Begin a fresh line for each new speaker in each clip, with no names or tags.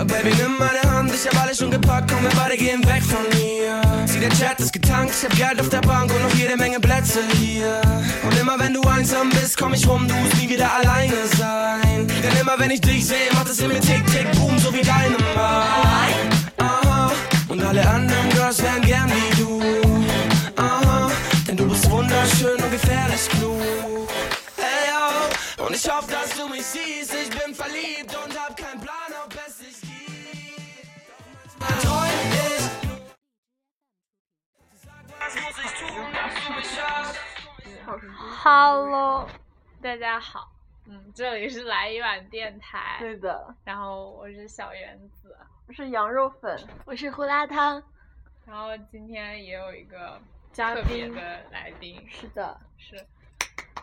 Oh Baby, nimm meine Hand, ich hab alles schon gepackt, komm, wir beide gehen weg von hier. Sieh, der Chat ist getankt, ich hab Geld auf der Bank und noch jede Menge Plätze hier. Und immer wenn du einsam bist, komm ich rum, du musst nie wieder alleine sein. Denn immer wenn ich dich sehe, macht es in mir tick, tick, boom, so wie deine Mann. Aha, und alle anderen Girls wären gern wie du. Aha, denn du bist wunderschön und gefährlich klug. Ey, yo, und ich hoffe, dass du mich siehst, ich bin verliebt und hab keinen Plan, ob es dich gibt. Doch manchmal träum ich was muss ich tun, dass du mich hast?
Hello，大家好，嗯，这里是来一碗电台，
对的，
然后我是小圆子，
是羊肉粉，
我是胡辣汤，
然后今天也有一个
嘉
特别
宾
的来宾，
是的，
是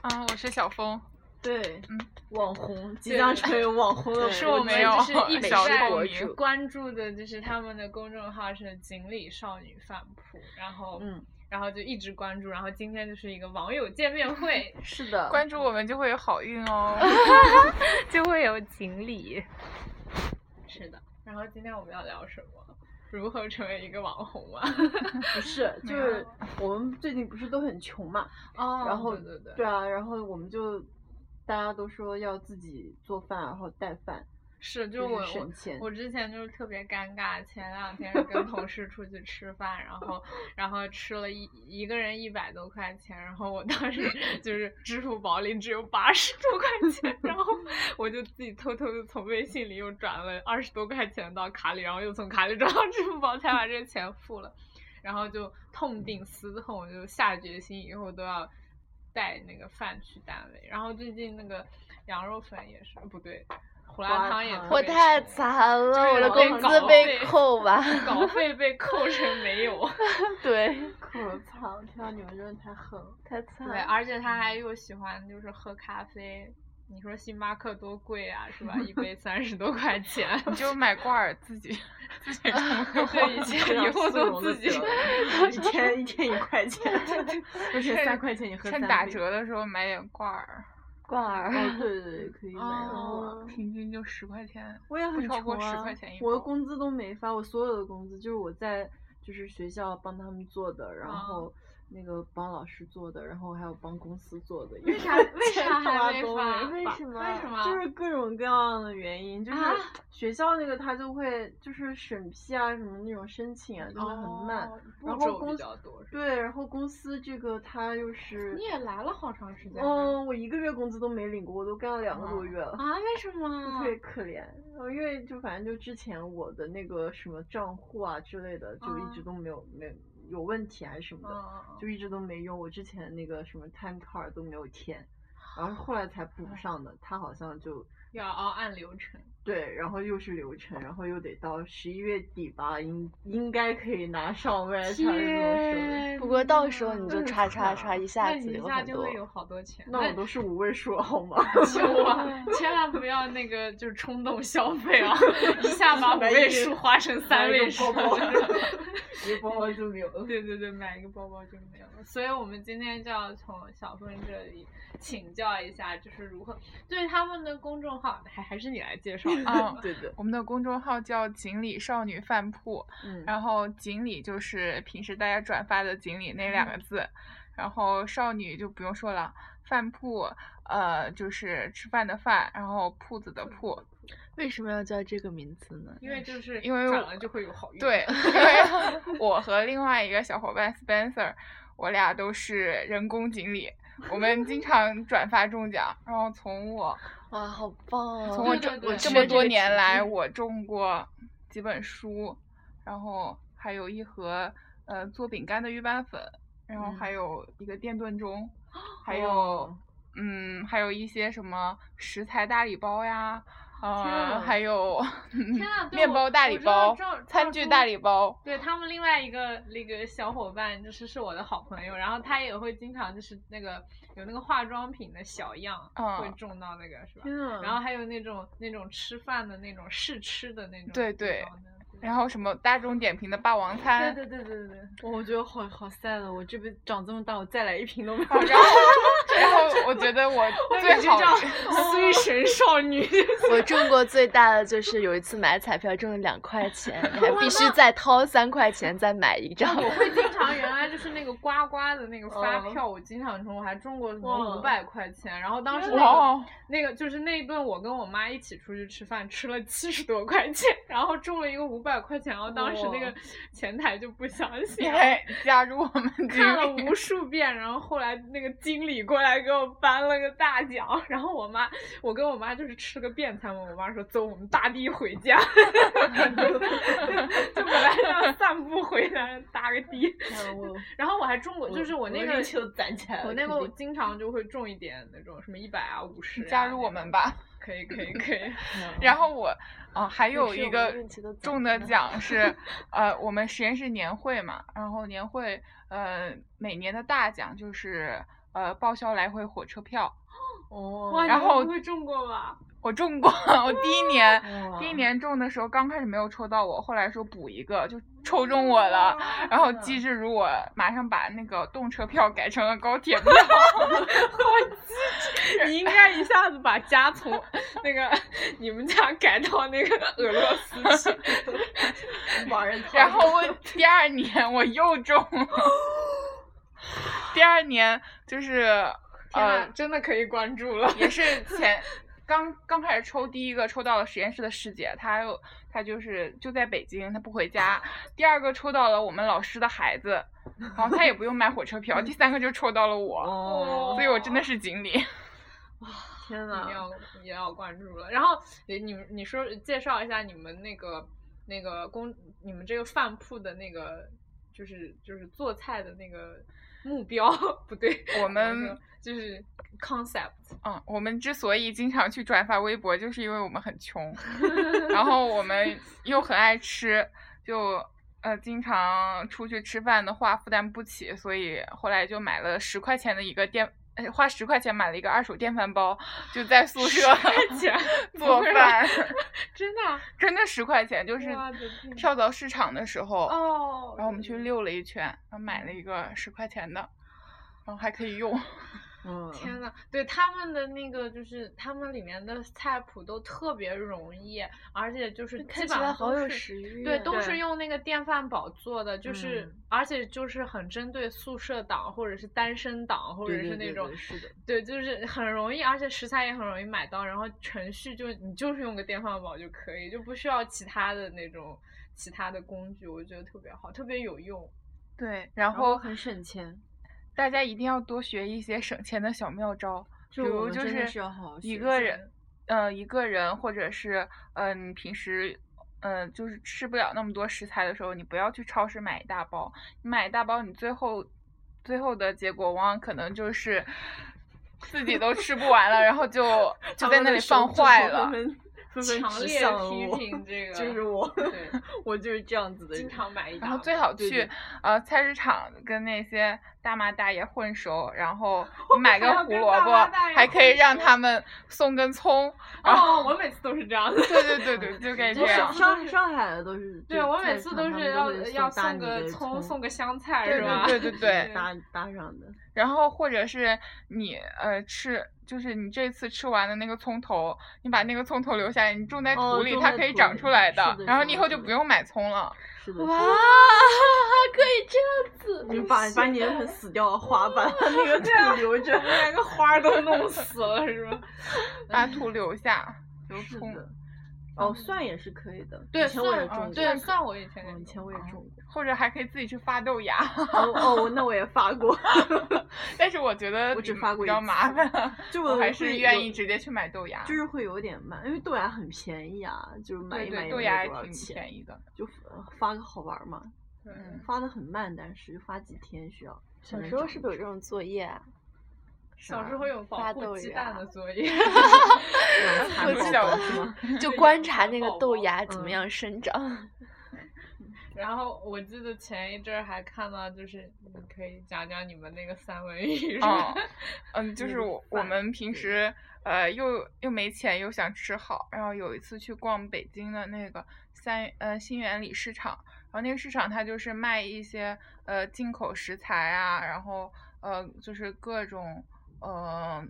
啊，我是小峰，
对，
嗯
网红即
对
将
对
成为网 红的对
是
国
我
我
们
没有
就是一直
小
在
透明
关注的，就是他们的公众号是锦鲤少女饭铺，然后
嗯，，
然后就一直关注，然后今天就是一个网友见面会
是的，
关注我们就会有好运哦。
就会有锦鲤，是的，然后今天我们要聊什么？如何成为一个网红啊？
不是，就
没有
是我们最近不是都很穷嘛，
哦
然后
对对
对，啊，然后我们就大家都说要自己做饭，然后带饭，
是就
就
我
是
我
省钱，
我之前就是特别尴尬，前两天是跟同事出去吃饭，然后然后吃了一一个人一百多块钱，然后我当 时就是支付宝里只有八十多块钱，然后我就自己偷偷的从微信里又转了二十多块钱到卡里，然后又从卡里转到支付宝，才把这个钱付了。然后就痛定思痛，我就下决心以后都要带那个饭去单位。然后最近那个羊肉粉也是，不对，胡
胡
辣
辣
汤也
汤
特
我
别
太
穷
惨了，我的
被
工
搞
资被
被
扣吧，
稿费被扣成没 有。
对，
可操！天啊，你们真的太狠了。
太
对啊
惨，了。
而且他还又喜欢就是喝咖啡。你说星巴克多贵啊，是吧？一杯三十多块钱。
你就买罐儿自己自己冲
对，以前以后都自己
一天一天一块钱，而且三块钱你喝
趁
三
打
杯
折的时候买点罐儿，
罐儿，
哦，对对对，可以买
哦
了。
平均就十块钱。
我也
不
很
超过
穷
10
啊
块钱一
我的
包
工资都没发，我所有的工资就是我在就是学校帮他们做的，然
啊
后那个帮老师做的，然后还有帮公司做的。
为
因
啥为啥还没发？
为
为
什
什
么
么？
就是各种各样的原因，就是
啊
学校那个他就会就是审批啊什么那种申请啊就会很慢，
哦，
然
步
后
骤比
公
较多。是吧
对，然后公司这个他又是
你，也来了好长时间了。
嗯，我一个月工资都没领过，我都干了两个多
哦
月了。
啊？为什
就
么
嗯
特？别可怜，呃因为就反正就之前我的那个什么账户啊之类的，就一直
嗯
啊
都没有没有有问题还是什么的，
嗯
就一直都没用。我之前那个什么 time card 都没有填，然后后来才补上的。他好像就
要哦按流 程。
对，然后又是流程，然后又得到十一月底吧，应应该可以拿上位才能说。
不过到时候你就
那
歘
惨
歘歘，
啊
一
那
下
你
子
一
有
下
很
就
多
会，有好多 钱。
那我都是五位数好吗？
就啊， 千万不要那个就是冲动消费啊，一下把五位数花成三位数。
买一个包 包一包包就没有。
对对对，买一个包包就没有了。所以我们今天就要从小凤这里请教一下，就是如何对他们的公众号，还还是你来介绍吧。
嗯，
对的，
我们的公众号叫“锦鲤少女饭铺”，
嗯，
然后“锦鲤”就是平时大家转发的“锦鲤”那两个字，然后“少女”就不用说了，“饭铺”呃就是吃饭的饭，然后“铺子”的铺。
为什么要叫这个名字呢？
因为就是
因为
转
我
了就会有好运。
对，因为我和另外一个小伙伴 Spencer，我俩都是人工锦鲤，我们经常转发中奖。然后从我
哇，好棒哦！
从我
对
这
对
我
对
这
缺
么
这
多
个
年
体
来，
验
我中过几本书，然后还有一盒呃做饼干的预拌粉，然
嗯
后还有一个电炖 盅，还有
哇
嗯还有一些什么食材大礼包呀。
天
呃，
啊
还有
天啊对
嗯面
我
包大
我
礼
知道
包
赵、赵
餐具大
忠
礼包，
对他们另外一个那个小伙伴，就是是我的好朋友，然后他也会经常就是那个有那个化妆品的小样，
嗯
会中到那个是吧？
天啊！
然后还有那种那种吃饭的那种试吃的那种，
对对，然后什么大众点评的霸王餐，
对对对对对，我觉得好好 sad 哦，我这辈子长这么大，我再来一瓶都没有
好。 然后然后我觉得我
你
最
这
好
叫衰 神少女，
我中过最大的就是有一次买彩票中了两块 钱，你还必须再掏三块钱再买一张。
我会经常原来就是那个刮刮的那个发
嗯
票，我经常中，我还中过什
哇
么五百块钱。然后当时那个
哇，
那个就是那一顿，我跟我妈一起出去吃饭，吃了七十多块钱，然后中了一个五百块钱。然后当时
哇
那个前台就不相信
你
了。
还加入我们局
看了无数遍，然后后来那个经理过来给我颁了个大奖，然后我妈，我跟我妈就是吃个便餐嘛，我妈说走，我们大地回家，就本来要散步回来打个的，
啊我
然后我还中过，就是我那个
球 攒起来了，
我那个
肯
我
定
经常就会中一点那种什么一百啊五十，50啊
加入我们，吧。
那种可以可以可以，
然后我啊，还有
是我
一
们
个
运气都攒
中的
着呢
奖是，呃，我们实验室年会嘛，然后年会呃每年的大奖就是呃报销来回火车票，
哦，
哇，你
然
会
后
不会中过吧？
我中过，我第一年。
哇
第一年中的时候，刚开始没有抽到我，后来说补一个，就抽中我了。然
嗯
后机智如我，马上把那个动车票改成了高铁票，
你应该一下子把家从那个你们家改到那个俄罗斯去。
盲人套
然
路
后 我第二年我又中了。第二年就是
天呐
呃，
真的可以关注了。
也是前刚刚开始抽第一个抽到了实验室的师姐，她又她就是就在北京，她不回家。第二个抽到了我们老师的孩子，然后她也不用买火车票。第三个就抽到了我，
哦，
嗯
所以我真的是锦鲤。
天啊呐，
也要也要关注了。然后诶你们你说介绍一下你们那个那个公你们这个饭铺的那个就是就是做菜的那个目标不对，
我们
说就是 concept
嗯，我们之所以经常去转发微博，就是因为我们很穷，然后我们又很爱吃，就呃经常出去吃饭的话负担不起，所以后来就买了十块钱的一个电。呃花十块钱买了一个二手电饭煲，就在宿舍
钱
做
不是
饭，
真的啊
真的十块钱，就是
我的天
跳蚤市场的时候，
哦。
然后我们去溜了一圈，然后买了一个十块钱的，然后还可以用。
嗯，
天啊呐，对他们的那个就是他们里面的菜谱都特别容易，而且就是基
看
本
起来
上
好
都
有
是
食欲啊。
对，都
对
是用那个电饭煲做的，就是、
嗯
而且就是很针对宿舍党或者是单身党，或者
对
是
对
那
对
种
对是的，
对就是很容易，而且食材也很容易买到，然后程序就你就是用个电饭煲就可以，就不需要其他的那种其他的工具，我觉得特别好，特别有用。
对，然
然后
后
很省钱，
大家一定要多学一些省钱的小妙招，比
这我
如
们
就
真的
是
是要好好
一
学
个
习
人，呃，一个人或者是嗯、呃你平时。呃，就是吃不了那么多食材的时候，你不要去超市买一大包。你买一大包，你最后最后的结果往往可能就是自己都吃不完了，然 后就就
他
在
们
那
的
里
手
放
指头
坏
纷
了。
纷纷纷
强
指
烈
向了
批
我
评这个，
就是 我，
对，
我就是这样子的
经
人。
常买一大
然
包，
后最好
啊对
去
对
呃菜市场跟那些大妈大爷混熟，然 后你
还
买个
要
胡
跟
萝
大
卜
妈大，爷
还可以
混
让
熟
他们送根葱。
哦，我每次都是这样的。
对对对对，就该这
就
样
上。上上海的都是，
对
就
我
菜
每
市
次
场
都
他
是
们
要
会
要
送搭
送
你
个
的
葱，送个香菜
对
是吧？
对对对对
对
搭搭上的，
然后或者是你呃吃，就是你这次吃完的那个葱头，你把那个葱头留下来，你种在
哦
土里，
种
它
在
可以
土
长
里
出来
是
的
的。
然后
是
你以
的
后
是
就
的
不用买葱了。
是的，
哇，
是的
可以这样子，
你把把你那盆死掉的花把
啊
它 那个土留着，
连个花儿都弄死了，是吧？
把土留下，留
是
葱，
的。哦，蒜也是可以的，以
对，
前我也
嗯
蒜
种过，
对，蒜我以前也
嗯，以前我也种过。
或者还可以自己去发豆芽。
哦哦，那我也发过，
但是我觉得
我只
比
发过
比
一
较麻
次
烦，
就
我
我
还
会
是
有
愿意直接去买豆芽。
就是会有点慢，因为豆芽很便宜啊，就是买
对
一买
对，
也
豆
没
芽
有
还
多少
挺
钱，
便宜的。
就呃发个好玩儿嘛。
嗯，
发的很慢，但是就发几天需要。
小时候是不是有这种作业啊？
小
啊
时候有保
发
护
豆
鸡
芽
蛋的作业，
这种
我
蚕
记
宝
得
宝是吗？
嗯就观察那个豆芽
宝
怎
嗯
么样生长。
然后我记得前一阵儿还看到，就是你可以讲讲你们那个三文鱼是吧？
嗯嗯，就
那
是
个
我我
饭
们平时呃又又没钱又想吃好，然后有一次去逛北京的那个三呃新源里市场，然后那个市场它就是卖一些呃进口食材啊，然后呃就是各种呃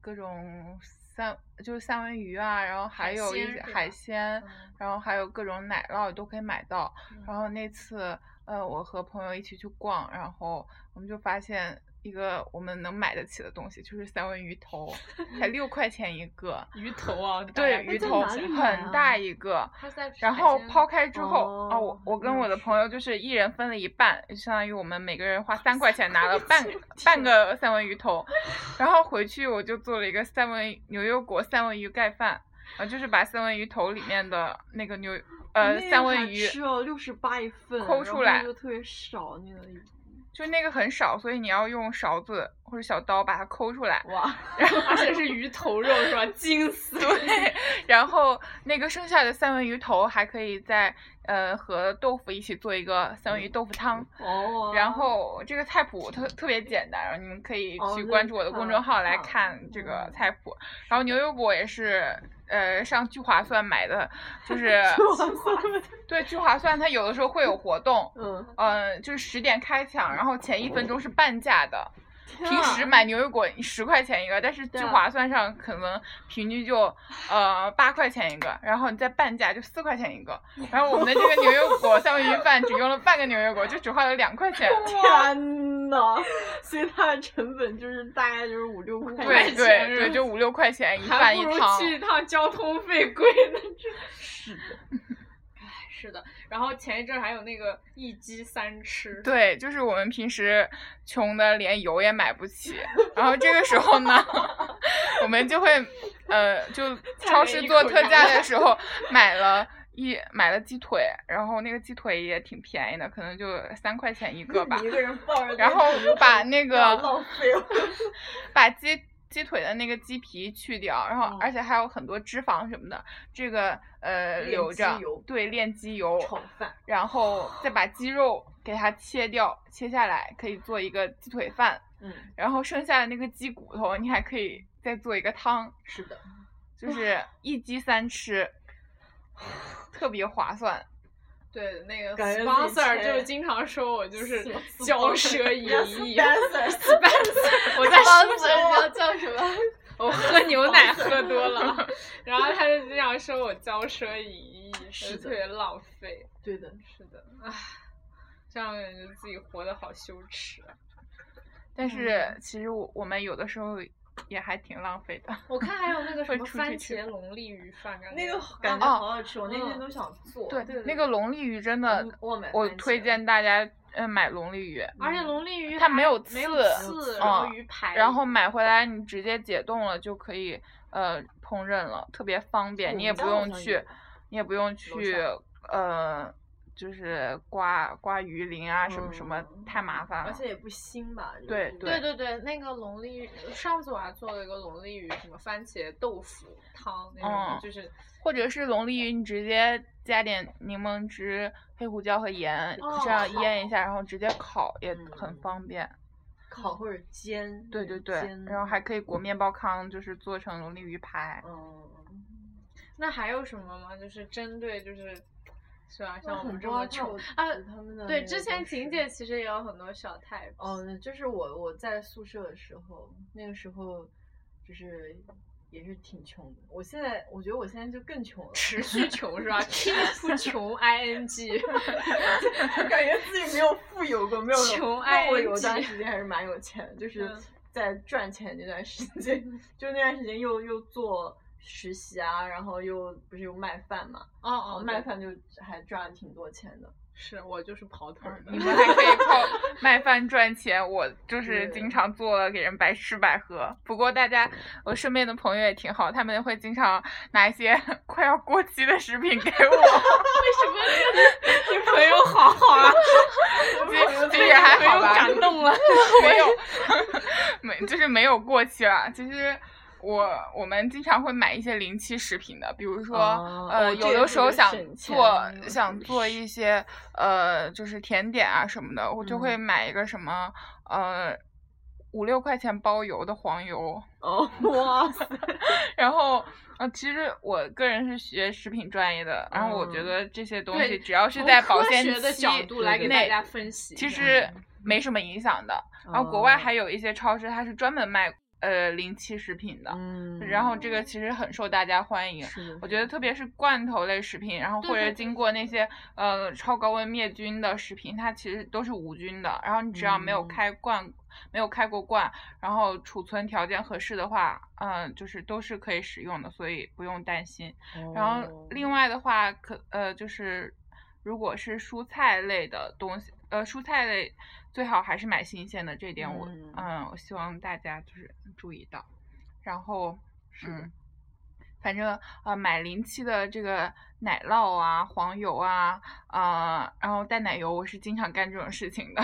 各种三就是三文鱼啊，然后还
海
有一
鲜
些
是
海
吧
鲜，
嗯
然后还有各种奶酪都可以买到。然后那次，呃，我和朋友一起去逛，然后我们就发现一个我们能买得起的东西，就是三文鱼头， 才六块钱一个。
鱼头啊，大家
对，
可
鱼
以
在
头
想
哪里
象
买
很大
啊
一个。
它在
然
海
后
鲜
抛开之后，啊，我
哦
我跟
那
我的
是
朋友就是一人分了一半，就相当于我们每个人花三块钱拿了半
天
半个三文鱼头，然后回去我就做了一个三文牛油果三文鱼盖饭，啊，就是把三文鱼头里面的那个牛
那
呃
个
三
好
文鱼
吃哦，六十八一份，
抠
然
出
后
来
就特别少那 个
就那个很少，所以你要用勺子或者小刀把它抠 出来。
哇，
而且是鱼头肉是吧？惊死！
对，然后那个剩下的三文鱼头还可以再呃和豆腐一起做一个三
嗯
文鱼豆腐汤。
哦，
然后这个菜谱特特别简单，然后你们可以
哦
去
那
关注我的公众号来
看
看这个
嗯
菜谱。然后牛油果也是呃上聚划算买的， 就是对聚划算它有的时候会有活动，
嗯，
嗯，就是十点开抢，然后前一分钟是半价的。
天
平
啊
时买牛油果十块钱一个，但是聚
对啊
划算上可能平均就呃八块钱一个，然后你再半价就四块钱一个。然后我们的这个牛油果 三文鱼饭只用了半个牛油果，就只花了两块 钱。
天呐，所以它的成本就是大概就是五六块
对
钱。
对
是
对，
吧
就五六 块钱一
还
饭
不
一
如
汤。
去一趟交通费贵呢，这
是的，
是的。然后前一阵儿还有那个一鸡三吃，
对，就是我们平时穷的连油也买不起，然后这个时候呢， 我们就会呃， 就超市做特价的时候买了一买了鸡腿，然后那个鸡腿也挺便宜的，可能就三块钱一个 吧
你，一个人抱着，
然后把那
不要
个
浪费了。
把鸡。鸡腿的那个鸡皮去掉，然后
嗯
而且还有很多脂肪什么的，这个呃
炼
留
鸡
着
油，
对，炼鸡油，
炒饭，
然后再把鸡肉给它切掉，切下来可以做一个鸡腿饭，
嗯，
然后剩下的那个鸡骨头你还可以再做一个汤，
是的，
就是一鸡三吃，特别划算。
对，那个
感觉自己
sponsor
切
就经常说我就是
什么
骄
sponsor
奢淫逸
Yes, sponsor
，sponsor，我在
包
说
子
什么？
要叫什么？
我喝牛奶喝多 了，然后他就经常说我骄奢淫逸，
是
就
的
特别浪费。
对 的，
是的，唉，这样感觉自己活得好羞耻啊。
但
嗯
是其实我我们有的时候也还挺浪费的。
我看还有那个什
会
么
出去
番
吃
茄
饭
龙利鱼饭，感
那个
觉啊
感觉
哦
好好吃，我那天都想做。
那个龙利鱼真的，
我买
我
番
推
茄
荐大家呃买龙利鱼，
而且龙利鱼
它
还
没有
没有
刺
刺，
嗯
然后鱼排，
然后买回来你直接解冻了就可以呃烹饪了，特别方便，
嗯
你也不
那好
用
像
去
有，
你也不用去呃就是刮刮鱼鳞啊什么什么，
嗯
太麻烦
而
了。
且也不腥吧？就是
对
对对对，那个龙利鱼，上次我还做了一个龙利鱼，什么番茄豆腐汤那种，
嗯
就是
或者是龙利鱼，你直接加点柠檬汁、黑胡椒和盐，
哦
这样腌一下，然后直接烤也很
嗯
方便。
烤或者煎。
对对对，然后还可以裹面包糠，就是做成龙利鱼排
以。嗯。
那还有什么吗？就是针对就是，是吧？像我们
很
这
多
么
啊像
穷
我
啊，
他们的
对，
那
之
个
前
都
婷
是
姐其实也有很多小 type，，
哦，那就是我我在宿舍的时候，那个时候就是也是挺穷的。我现在我觉得我现在就更穷了
持续穷是吧？ 拼出穷 ing，
感觉自己没有富有过，没有
穷
那我有
ING
段时间还是蛮有钱的，就是
嗯
在赚钱那段时间，就那段时间又又做实习啊，然后又不是有卖饭嘛，
哦
然后
哦，
卖
对
饭就还赚了挺多钱的。
是我就是跑腿儿的
你。们还可以 靠卖饭赚钱，我就
对
是经常做了给人白吃白喝。不过大家，我身边的朋友也挺好，他们会经常拿一些 快要过期的食品给 我，
你朋友好好啊，
这这也还
朋友
好 吧？
感动了。
没有，没就是没有过期了。其实我我们经常会买一些临期食品的，比如说，
哦
呃，
哦这
有
也
的
是
时候
个
想
省钱
做
的一个
嗯
想
方
做
式
一些呃，就是甜点啊什么的，我就
嗯
会买一个什么、呃五六块钱包邮的黄油，
哦，哇塞，
然后。呃，其实我个人是学食品专业的，然后我觉
嗯
得这些东
对
西只要是
从
在保
科
鲜
学的
期
角度来给大
内
家分析
其
这
实
样
没什么影响的。然后国外
哦
哦
还有一些超市，它是专门卖呃临期食品的，
嗯，
然后这个其实很受大家欢迎。
是的
我觉得特别是罐头类食品，然
嗯
后
对
或
对
者
对
经过那些呃超高温灭菌的食品，它其实都是无菌的。然后你只要没有
嗯
开罐，没有开过罐，然后储存条件合适的话，嗯、就是都是可以使用的，所以不用担心。然
哦
后另外的话，可呃就是如果是蔬菜类的东西，呃蔬菜类最好还是买新鲜的，这一点我
嗯
嗯我希望大家就是注意到。然后
是的
嗯，反正呃买临期的这个奶酪啊、黄油啊啊、呃然后淡奶油，我是经常干这种事情的，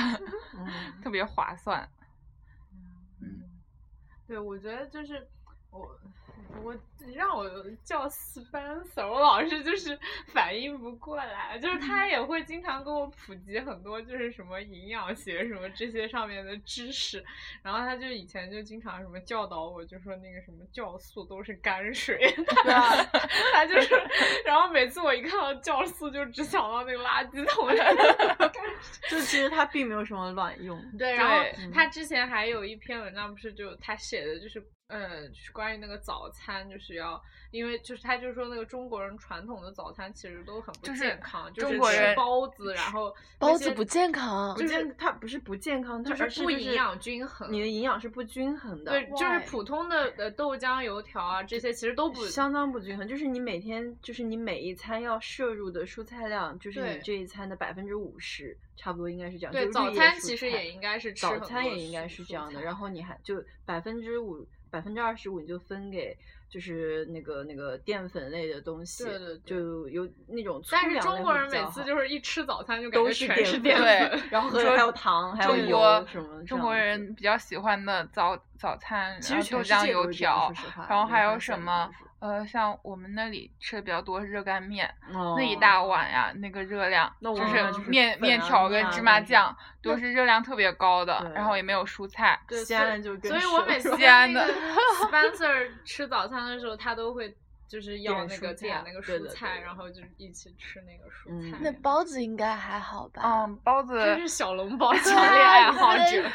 嗯
特别划算。
对，我觉得就是我我让我叫 Spencer，我老是就是 反应不过来，就是他也会经常给我普及很多就是什么营养学什么这些上面的知识，然后他就以前就经常什么教导我，就说那个什么酵素都是泔水，
对啊，
他就是，然后每次我一看到酵素就只想到那个垃圾桶里的泔水。
就其实它并没有什么卵用。
对，然后
嗯
对
他之前还有一篇文章，不是就他写的就是，呃，就是关于那个早餐，就是要，因为就是他就说那个中国人传统的早餐其实都很不
就是
健康，就是
中国
吃
人
包子，然后
包
那
子
些
不健康
不，健，它不是不健康，它
就是
而是
不营养均衡
你的营养是不均衡的。
对，就是
，why？
普通的呃豆浆、油条啊这些其实都不
相当不均衡，就是你每天，就是你每一餐要摄入的蔬菜量，就是
对
你这一餐的百分之五十，差不多应该是这样。
对
就
早
绿叶
餐
蔬
其实
菜
也应该是吃
早
很
餐
多
也应该
蔬
是
蔬
这样的。
菜
然后你还就百分之五、百分之二十五，你就分给就是那个那个淀粉类的东西，
对对对
就有那种粗
但是
粮类
中国
会
人
比
每
较
次
好
就是一吃早餐就感
都
觉
是
全是
淀
淀
粉
粉，
然后
你
还
说
有糖，还有
中
油
国
什么这
中
样
国
子
人比较喜欢的早早餐，
其
然
实
后
全
豆
世
浆、
界都
油
是这样说，
条
实话
然后
没
还
有
有
发
什
现
么
就是
呃，像我们那里吃的比较多是热干面，那一
哦
大碗呀，那个热量
那我
就
们那就是是
面
粉
面
啊
条
面
跟
啊
芝
那
麻
种
酱都是热量特别高的，然后
对
也没有蔬菜。
对
西
所以
安就更
所以我
瘦
每次
西
跟
安
那
的
个 Spencer 吃早餐的时候，他都会就是要
点
那
蔬
个点
菜
那个
对
蔬
的对
菜，
的
然后就一起吃那个蔬
嗯
菜。
那包子应该还好吧？
啊
嗯，包子
真是小笼包强
对
烈
啊
爱
你
好
不 能
者。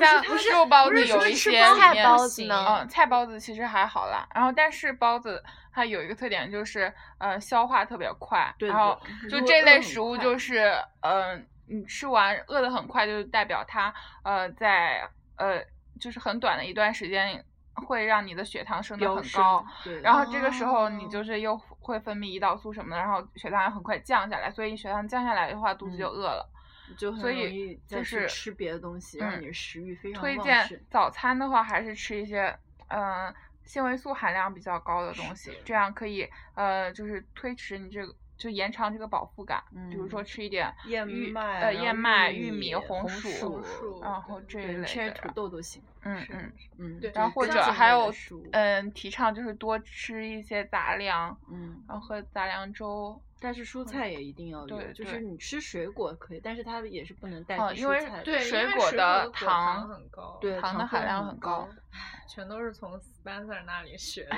像肉包
不
子
是
有
说
一
吃
些
包
里
菜
面
包
不
子
行
呢
嗯，菜包子其实还好啦。然后，但是包子它有一个特点就是，呃，消化特别快。
对
然后
的
就
如果
这
饿
类
很
食物
快
就是，嗯、你吃完饿的很快，就代表它，呃，在呃，就是很短的一段时间会让你的血糖升得
飙
很
升
高。，
对
然后这个时候你
哦
就是又会分泌胰岛素什么的，然后血糖很快降下来，所以血糖降下来的话，肚子就
嗯
饿了。
就很
所
容
以
易再
就
去
是
吃别的东西，让
嗯
你的食欲非常
推
旺
荐
盛
早餐的话，还是吃一些嗯、呃纤维素含量比较高的东西，这样可以呃就是推迟你这个就延长这个饱腹感。比如说
嗯
吃一点
燕
玉
麦
呃
然后
燕
玉
麦、玉
米
红
红薯
薯
然后这一
对，
类
你吃点
的，
土豆都行。
嗯
是
嗯，
嗯，
对
就
然后
是
或
根
者
茎
还
类的
有
食物
嗯提倡就是多吃一些杂粮，
嗯，
然后喝杂粮粥。
但是蔬菜也一定要有，
对
就是
对
你吃水果可以，但是它也是不能代
哦
替
因
蔬
为
菜的。
对，因
水
为
果的
的糖
糖
很高，
对，
糖的含
分
量
很
很高
全都是从 Spencer 那里学的。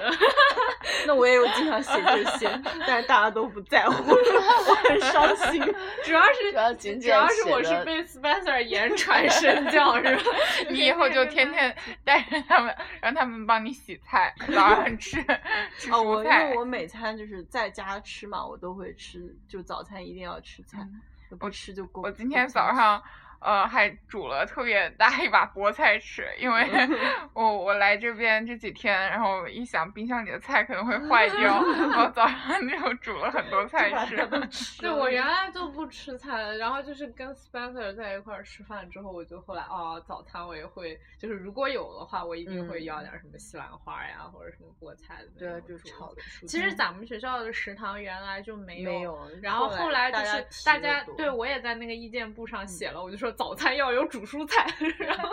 那我也有经常写这些，但是大家都不在乎， 我很伤心。
主要是
主要仅
主要
仅
是
写
我是
了
被 Spencer 言传身教，是吧？
你以后就天天带着他们，让他们帮你洗菜，早 上吃吃
哦，我
蔬
因
菜
为。我每餐就是在家吃嘛，我都会吃，就早餐一定要吃菜
嗯，
就不吃就过。
我今
不
天
吃
早 上，呃，还煮了特别大一把菠菜吃，因 为我我来这边这几天，然后一想冰箱里的菜可能会坏掉，我 早上就煮了很多菜
把它
吃。
都吃
对，
了
我原来就不吃菜的，然后就是跟 Spencer 在一块儿吃饭之后，我就后来哦，早餐我也会，就是如果有的话，我一定会
嗯
要点儿什么西兰花呀，或者什么菠菜的那
对，
种
就
煮
炒的蔬菜。
其实咱们学校的食堂原来就没
没有
然后
后
后来就
大家
是
提
大
得
家
多嗯
对我也在那个意见簿上写了，我就说说早餐要有煮蔬菜，然 后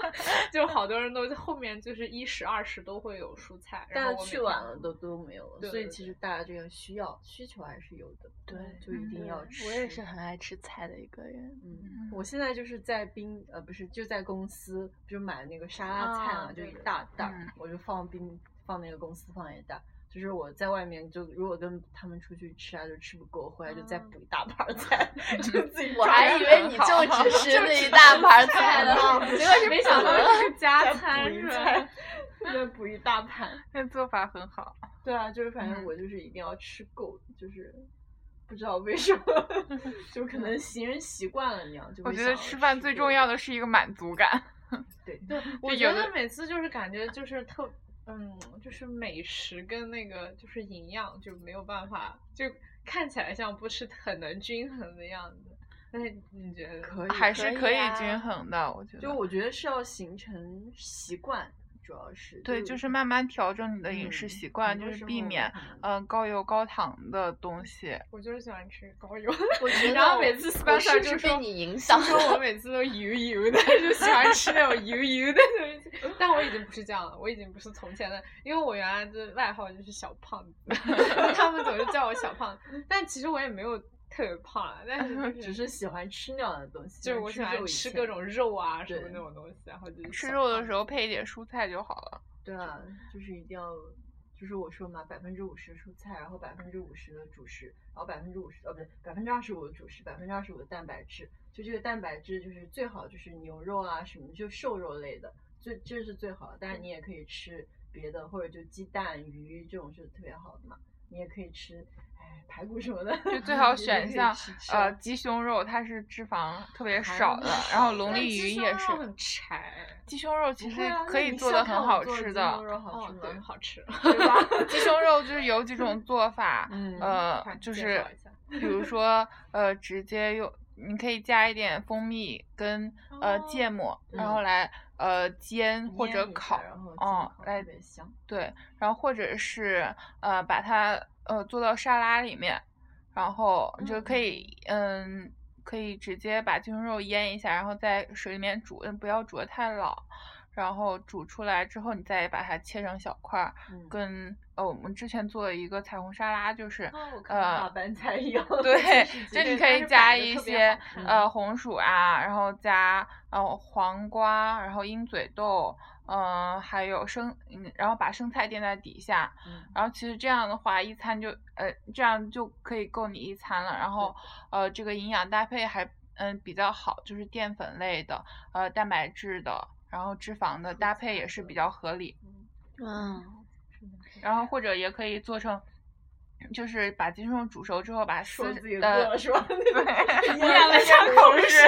就好多人都后面就是一十二十都会有蔬菜，然后
大
我
家
每
去
天
晚了都都没有了，
对
所以
对
其实大家这个需要需求还是有的，
对
就一定要吃。
我也是很爱吃菜的一个人。
嗯，我现在就是在冰呃不是就在公司就买那个沙拉菜嘛，
啊
就
对
一
的
大袋儿，
嗯
我就放冰放那个公司放一袋儿。就是我在外面就如果跟他们出去吃啊，就吃不够，回来就再
嗯
补一大盘儿菜， 就自己
我
抓
还
着
以为你就只吃那一大盘儿菜啊呢，结果是
没想到
补了
是加
再
餐
补一
是吧？
菜，再补一大盘。
那做法很好。
对啊，就是反正
嗯
我就是一定要吃够，就是不知道为什么， 就可能行人习惯了那样，就
我
会
觉得
想要
吃饭最
够
重要的是一个满足感。
对，
我
就
觉
有的
得每次就是感觉就是特，嗯，就是美食跟那个就是营养就没有办法，就看起来像不是很能均衡的样子。那你觉得？
可以
还
可
是
以
可以
啊
均衡的，我觉得。
就我觉得是要形成习惯，主要是
对，就是慢慢调整你的饮食
嗯
习惯，
很
就
多
是
时
避
候
免
可能
嗯、呃高油高糖的东西。
我就是喜欢吃高油，
我觉得
然后
我
每次
我
sponsor
是不
就是说
被你影响
就说我每次都油油的，就喜欢吃那种油油的东西。但我已经不是这样了，我已经不是从前的，因为我原来的外号就是小胖子， 他们总是叫我小胖子，但其实我也没有特别胖啊，但是
呃
就
只是喜欢吃那样的东西，
就是我喜欢
肉以
吃
前
各种肉啊什么
对
那种东西，然后就是
吃
小
肉的
胖
时候配一点蔬菜就好了。
对啊，就是一定要，就是我说嘛，百分之五十蔬菜，然后百分之五十的主食，然后百分之五十哦不对，百分之二十五的主食，百分之二十五的蛋白质。就这个蛋白质就是最好就是牛肉啊什么，就瘦肉类的，最这是最好的。但是你也可以吃别的，或者就鸡蛋、鱼这种是特别好的嘛。你也可以吃，哎，排骨什么的，
就最好
也可以
选像
吃吃
呃鸡胸肉，它是脂肪特别
含
少
量
的
很，
然后
少
龙
但
利
鸡
云
胸
也
肉
是。
很柴，
鸡胸肉其
不
实
会啊
可
那
以
你
做
上
的
看
很
我
好
做
吃
鸡
的
胸。肉好
哦
吃吗？
对，好吃，
对吧？
鸡胸肉就是有几种做法，
嗯
呃
快，
就
介
是
绍一下
比 如说呃，直接用你可以加一点蜂蜜跟呃
哦
芥末，然后
嗯
来呃煎或者
腌一下
烤，
然后
哦
鸡烤，
来
特别香。
对，然后或者是呃把它呃做到沙拉里面，然后你就可以嗯。可以直接把鸡胸肉腌一下，然后在水里面煮，嗯不要煮的太老。然后煮出来之后，你再把它切成小块儿，
嗯
跟呃我们之前做的一个彩虹沙拉，就是
哦我看
呃
大白菜一样。
对
是，
就
对
你可
但
以
是
加
摆得
一
特别
些
好
看
嗯
呃红薯啊，然后加呃黄瓜，然后鹰嘴豆，嗯、还有生，嗯，然后把生菜垫在底下，
嗯
然后其实这样的话一餐就呃这样就可以够你一餐了，然后呃这个营养搭配还嗯比较好，就是淀粉类的，呃蛋白质的，然后脂肪的搭配也是比较合理。
嗯，
然后或者也可以做成，就是把鸡胸肉煮熟之后，把
说
丝
自己饿
呃
了是吧？
对
一
咽
样
了
的
下
像
口水，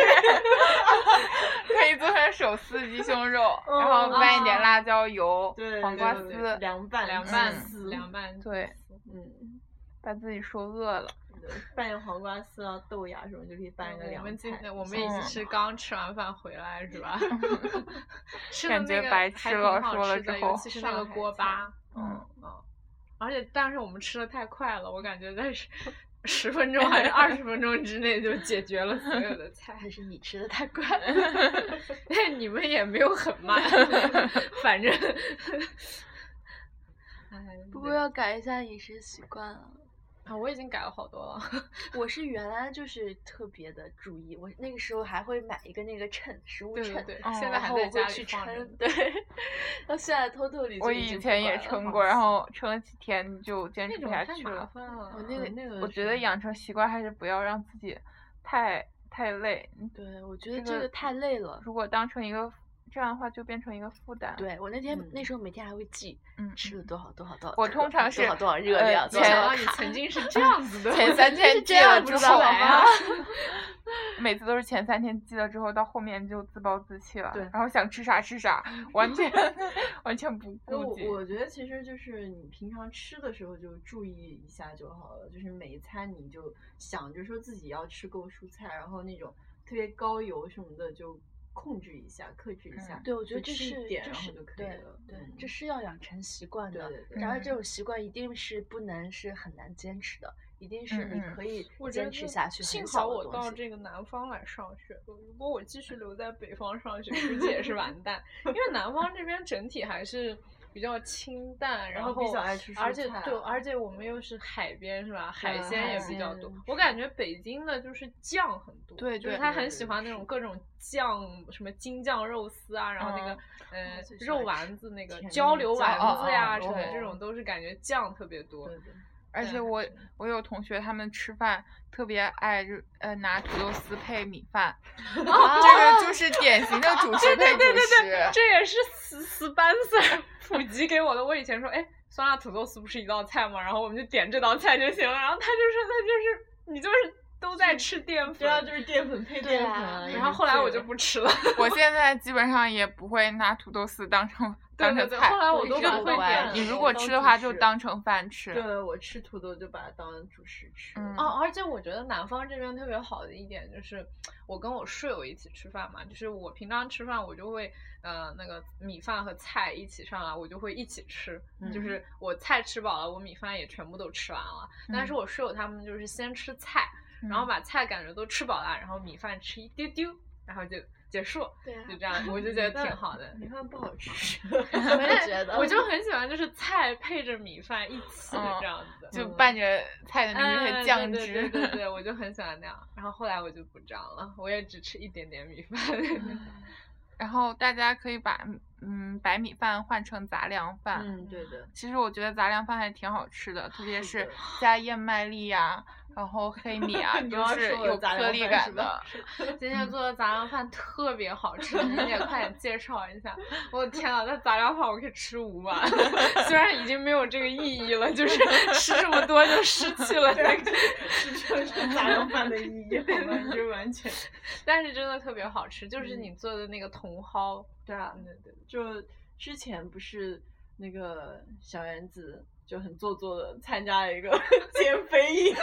可以做成手撕鸡胸肉，然 后
嗯
拌一点
啊
辣椒油、
对，
黄
对
瓜
对
丝，
凉拌
凉
鸡
拌
丝，
凉拌
对
嗯，
把自己说饿了。
对拌点黄瓜丝啊、豆芽什么就可以拌一个
嗯我
凉
们今
菜。
我们已经
嗯
是刚吃完饭回来是吧？ 吃的
感觉
那个
白
还
吃
挺
了
好
说了
吃
之
的尤
后
其是那个
上海
锅
菜
巴，
嗯，
而且但是我们吃的太快了，我感觉在十十分钟还是二十分钟之内就解决了所有 的 菜。
还是你吃的太快。
但你们也没有很慢，反正。哎
不过要改一下饮食习惯啊。
啊，我已经改了好多了。
我是原来就是特别的注意，我那个时候还会买一个那个秤，食物
对
秤
对， 对，
嗯
现在
然
还
哦后
在家
我会
里
去
放着呢。
称，对，到现在偷偷里
我以前也称过，然后称了几天就坚
那
持不
种
下
太
去
麻
了。
烦了。
我那个
嗯那个
我觉得
是
养成习惯还是不要让自己太太累，
对我觉得
这
这
个
个太累了。
如果当成一个这样的话就变成一个负担。，
对我那天、
嗯
那时候每天还会记
嗯，
吃了多少多少多少克，
我通常是
多少多少热
呃
量，多
没
少
前，
想到
多少
你
卡
啊曾 经是这样子的
前三天
是
记
这
了
样
之
子的
哎
后
来啊
每次都是前三天记了之后，到后面就自暴自弃了，
对
然后想吃啥吃啥，
嗯
完全 完全不
那
顾
我
及。
我觉得其实就是你平常吃的时候就注意一下就好了，就是每一餐你就想着说自己要吃够蔬菜，然后那种特别高油什么的就控制一下、克制一下。
对，我觉得
就
这
吃一
是
点
这
然后
是
就可以
对
了
对
嗯，
这是要养成习惯
对
的。
对对
然而这
嗯
种习惯一定是不能是很难坚持的，
一定是你
嗯嗯
可以
我觉
坚
得
持下去
幸
很
好
小的
我
东
到
西。
这个南方来上学了，如果我继续留在北方上学，估计也是完蛋，因为南方这边整体还是比较清淡，然
然后比较爱吃蔬
而且
菜啊
对，而且我们又是海边是吧？海
对
鲜也
海
比较
鲜
多。我感觉北京的就是酱很多，
对
就是
对
他
对
很喜欢那种各种酱，什么京酱肉丝啊，然后那个呃
嗯最喜
肉
欢
丸
吃
子那个
甜
浇
面
留
酱
丸
哦
子呀
哦
什么
哦
这种，都是感觉酱特别多。
对对
而
对
且我我有同学他们吃饭特别爱就呃拿土豆丝配米 饭，这个就是典型的主食配主食。
这也是斯斯班塞普及给我的。我以前说，哎，酸辣土豆丝不是一道菜吗？然后我们就点这道菜就行了。然后他就是他就是你就是都在吃淀
对啊，
粉。
就是淀粉配
对
淀粉
啊
啊。
然后后来我就
不。
不吃了，
我现在基本上也不会拿土豆丝当成
对
当
对
成
对，
菜
后，来我
我
都
一直都
不会
不
点
爱。
你
吃
如果
当
吃
主
的话就
食
当成饭吃。
对，我吃土豆就把它当主食吃。
嗯
哦，而且我觉得南方这边特别好的一点就是，我跟我室友一起吃饭嘛，就是我平常吃饭我就会，呃，那个米饭和菜一起上来，我就会一起吃，就是我菜吃饱了，我米饭也全部都吃完了。但是
嗯
我室友他们就是先吃菜，然后把菜感觉都吃饱了，然后米饭吃一丢丢，然后就结束，
对啊
就这样，我就觉得挺 好的。
米饭不好吃，
我也觉 得，
我就很喜欢，就是菜配着米饭一起
嗯
这样子。
就拌着菜的那些
哎
酱
对对对对
汁。
对，我就很喜欢那样。然后后来我就不这样了，我也只吃一点点米饭。
然后大家可以把嗯白米饭换成杂粮饭。
嗯，对的，
其实我觉得杂粮饭还挺好吃的，特别
是
是
的
加燕麦粒呀、然后黑米啊，
你
都
要
是
说我
有
杂粮
颗粒
饭
感
是吧
的。
今天做的杂粮饭特别好吃，你也快点介绍一下。我的天呐，啊那杂粮饭我可以吃五碗， 虽然已经没有这个意义了，就是吃这么多就失去了那个，
啊是 这是杂粮饭的意义，好嗯吗？你这完全
但是真的特别好吃，就是你做的那个茼蒿，
对啊，
对对对，
就之前不是那个小原子就很做作的参加了一个 减肥营，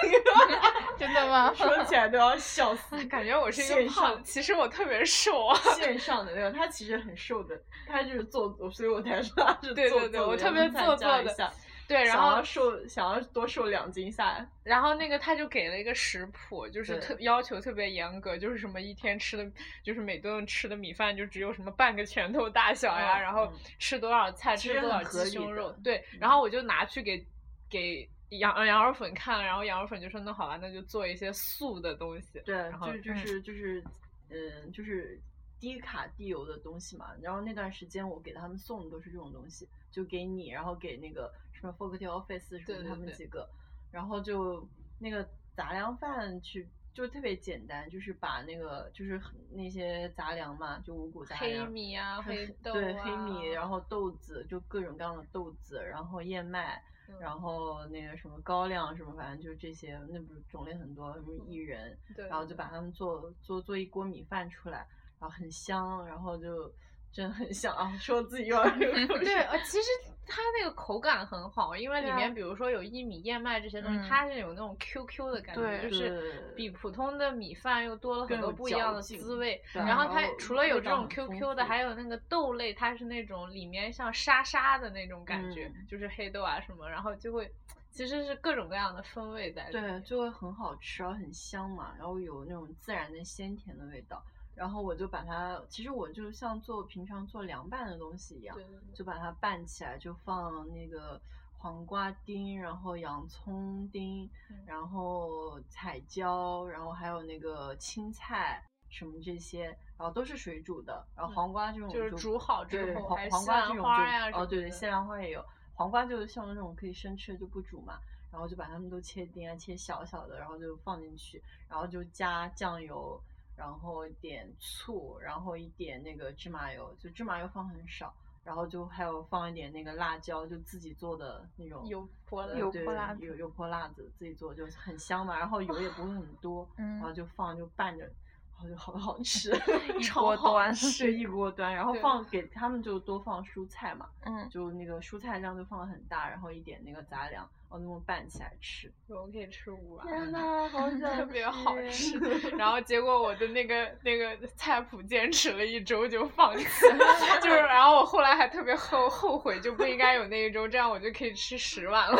真的 吗？
说起来都要笑死。
感觉我是一个
线上
胖，其实我特别瘦啊。
线上的那种，他其实很瘦的，他就是做作，所以我才说他是
对对
做作
对
的
我
人
特别
参
做
加
作
一
的
下
对，然
想
后
要瘦，想要多瘦两斤下来，
然后那个他就给了一个食谱，就是
对
特要求特别严格，就是什么一天吃的，就是每顿吃的米饭就只有什么半个拳头大小呀，
嗯
然后
嗯
吃多少菜，
其
吃
实
多少
很合
鸡
理
胸
的嗯
肉，对，然后我就拿去给给羊呃羊肉粉看，然后羊肉粉就说那好吧，那就做一些素的东西，
对
然，后
就是就是就是，嗯，就是低卡低油的东西嘛。然后那段时间我给他们送的都是这种东西，就给你，然后给那个什么 f o c t Office 什
对
么
对
他们
对
几个，然后就那个杂粮饭去。就特别简单，就是把那个就是很那些杂粮嘛，就五谷杂
黑
粮，
米啊，
黑
黑豆啊，
对黑米，然后豆子，就各种各样的豆子，然后燕麦，
嗯
然后那个什么高粱什么，反正就是这些，那不是种类很多，什么薏仁，
对，
然后就把它们做做做一锅米饭出来，然后很香，然后就真的很香啊！说自己又要
对，呃，其实它那个口感很好，因为里
对啊
面比如说有薏米、燕麦这些东西，
嗯
它是有那种 QQ 的感觉，
对
就是比普通的米饭又多了很
更
多
有
不一样
嚼
的
劲
滋味。
对
然后
然
它
后
除了有
味
这
道
种
很丰
QQ 的，
富
还有那个豆类，它是那种里面像沙沙的那种感觉，
嗯
就是黑豆啊什么，然后就会其实是各种各样的风味在里
对，
面。
就会很好吃，然后很香嘛，然后有那种自然的鲜甜的味道。然后我就把它，其实我就像做平常做凉拌的东西一样，
对对
就把它拌起来，就放那个黄瓜丁，然后洋葱丁
嗯，
然后彩椒，然后还有那个青菜什么这些，然后都是水煮的。然后
嗯
黄瓜这种
就是煮好之
对
后
黄
还是
黄
西
瓜
兰
这种
花
就
呀什
哦
么
对对，
的
西兰花也有，黄瓜就是像那种可以生吃的就不煮嘛。然后就把它们都切丁啊，切小小的，然后就放进去，然后就加酱油，然后点醋，然后一点那个芝麻油，就芝麻油放很少，然后就还有放一点那个辣椒，就自己做的那种
对，油泼的
对
油
对
泼辣子
油油泼辣子自己做就很香嘛，然后油也不会很多，然后
嗯，
就放就拌着，然后就好好吃，
一
超
锅
好
端
吃一锅端，然后
对
放给他们就多放蔬菜嘛，
嗯，
就那个蔬菜量就放的很大，然后一点那个杂粮，哦，那么拌起来吃。
我可以吃五碗。
天呐，好想
特别好吃
吃。，
然后结果我的那个那个菜谱坚持了一周就放弃了， 就是然后我后来还特别后后悔，就不应该有那一周，这样我就可以吃十 碗了。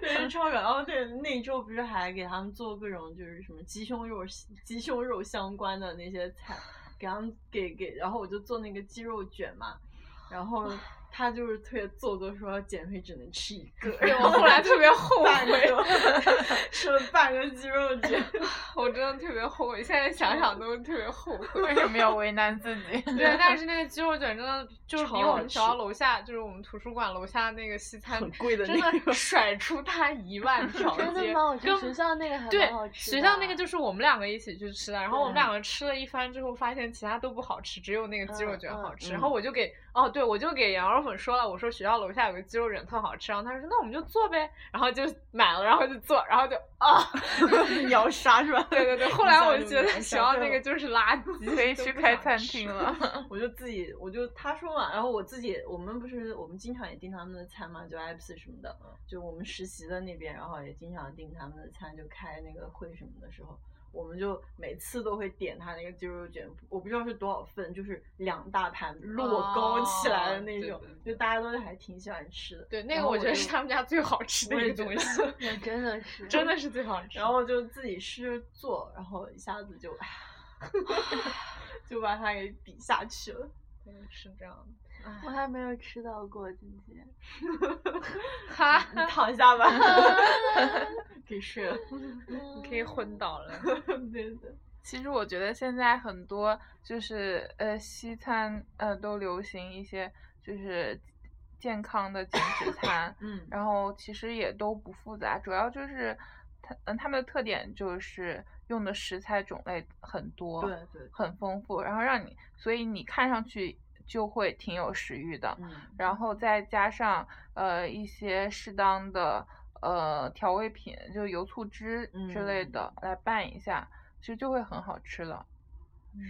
对，超软。哦，对，那周不是还给他们做各种就是什么鸡胸肉、鸡胸肉相关的那些菜，给他们给给，然后我就做那个鸡肉卷嘛，然后他就是特别做作说减肥只能吃一个，
对
然
我后来特别后
半
悔，
个吃了半个鸡肉卷，
我真的特别后悔，现在想想都特别后悔。
为什么要为难自 己？
对，但是那个鸡肉卷真的就是
超
比我
好
们学校
吃
楼下，就是我们图书馆楼下那个西餐
很贵的
真
那
的
个。
甩出它一万条街，
真的吗？我觉
根
得学校那个还
对
蛮好，吃的。
学校那个就是我们两个一起去吃的，然后我们
对
两个吃了一番之后，发现其他都不好吃，只有那个鸡肉
嗯
卷
嗯
好吃。
嗯
然后我就给哦，对，我就给羊肉粉说了，我说学校楼下有个鸡肉卷特好吃，然后他说那我们就做呗，然后就买了，然后就做，然后就啊，
秒杀是吧？
对对 对。后
一
来
下
我
就
觉得
秒杀
学校
对
那
我
个就是垃圾，
可以
都
去
不
开
想
餐
吃
厅了。
我就自己，我就他说嘛，然后我自己，我们不是我们经常也订他们的餐嘛，就 IPS 什么的，
嗯
就我们实习的那边，然后也经常订他们的餐，就开那个会什么的时候，我们就每次都会点他那个鸡肉卷，我不知道是多少份，就是两大盘摞高起来的那
哦
种，
对对对
就大家都还挺喜欢吃的。
对，那
然
个
后我
我觉得
就是
他们家最好吃的
我
一
也
个
觉
东
得
西，
那真的是
真的是最好吃。
然后就自己试着做，然后一下子就， 唉就把它给比下去了。
嗯是这样的，
我还没有吃到过，今 天。
哈，
你躺下 吧，给睡了。嗯
你可以昏倒了。
对对，，
其实我觉得现在很多就是呃西餐呃都流行一些就是健康的减脂餐
嗯
然后其实也都不复杂，主要就是它嗯它们的特点就是用的食材种类很多，
对对，
很丰富，然后让你所以你看上去就会挺有食欲的，
嗯，
然后再加上呃一些适当的呃调味品，就油醋汁之类
嗯
的、来拌一下，其实就会很好吃了。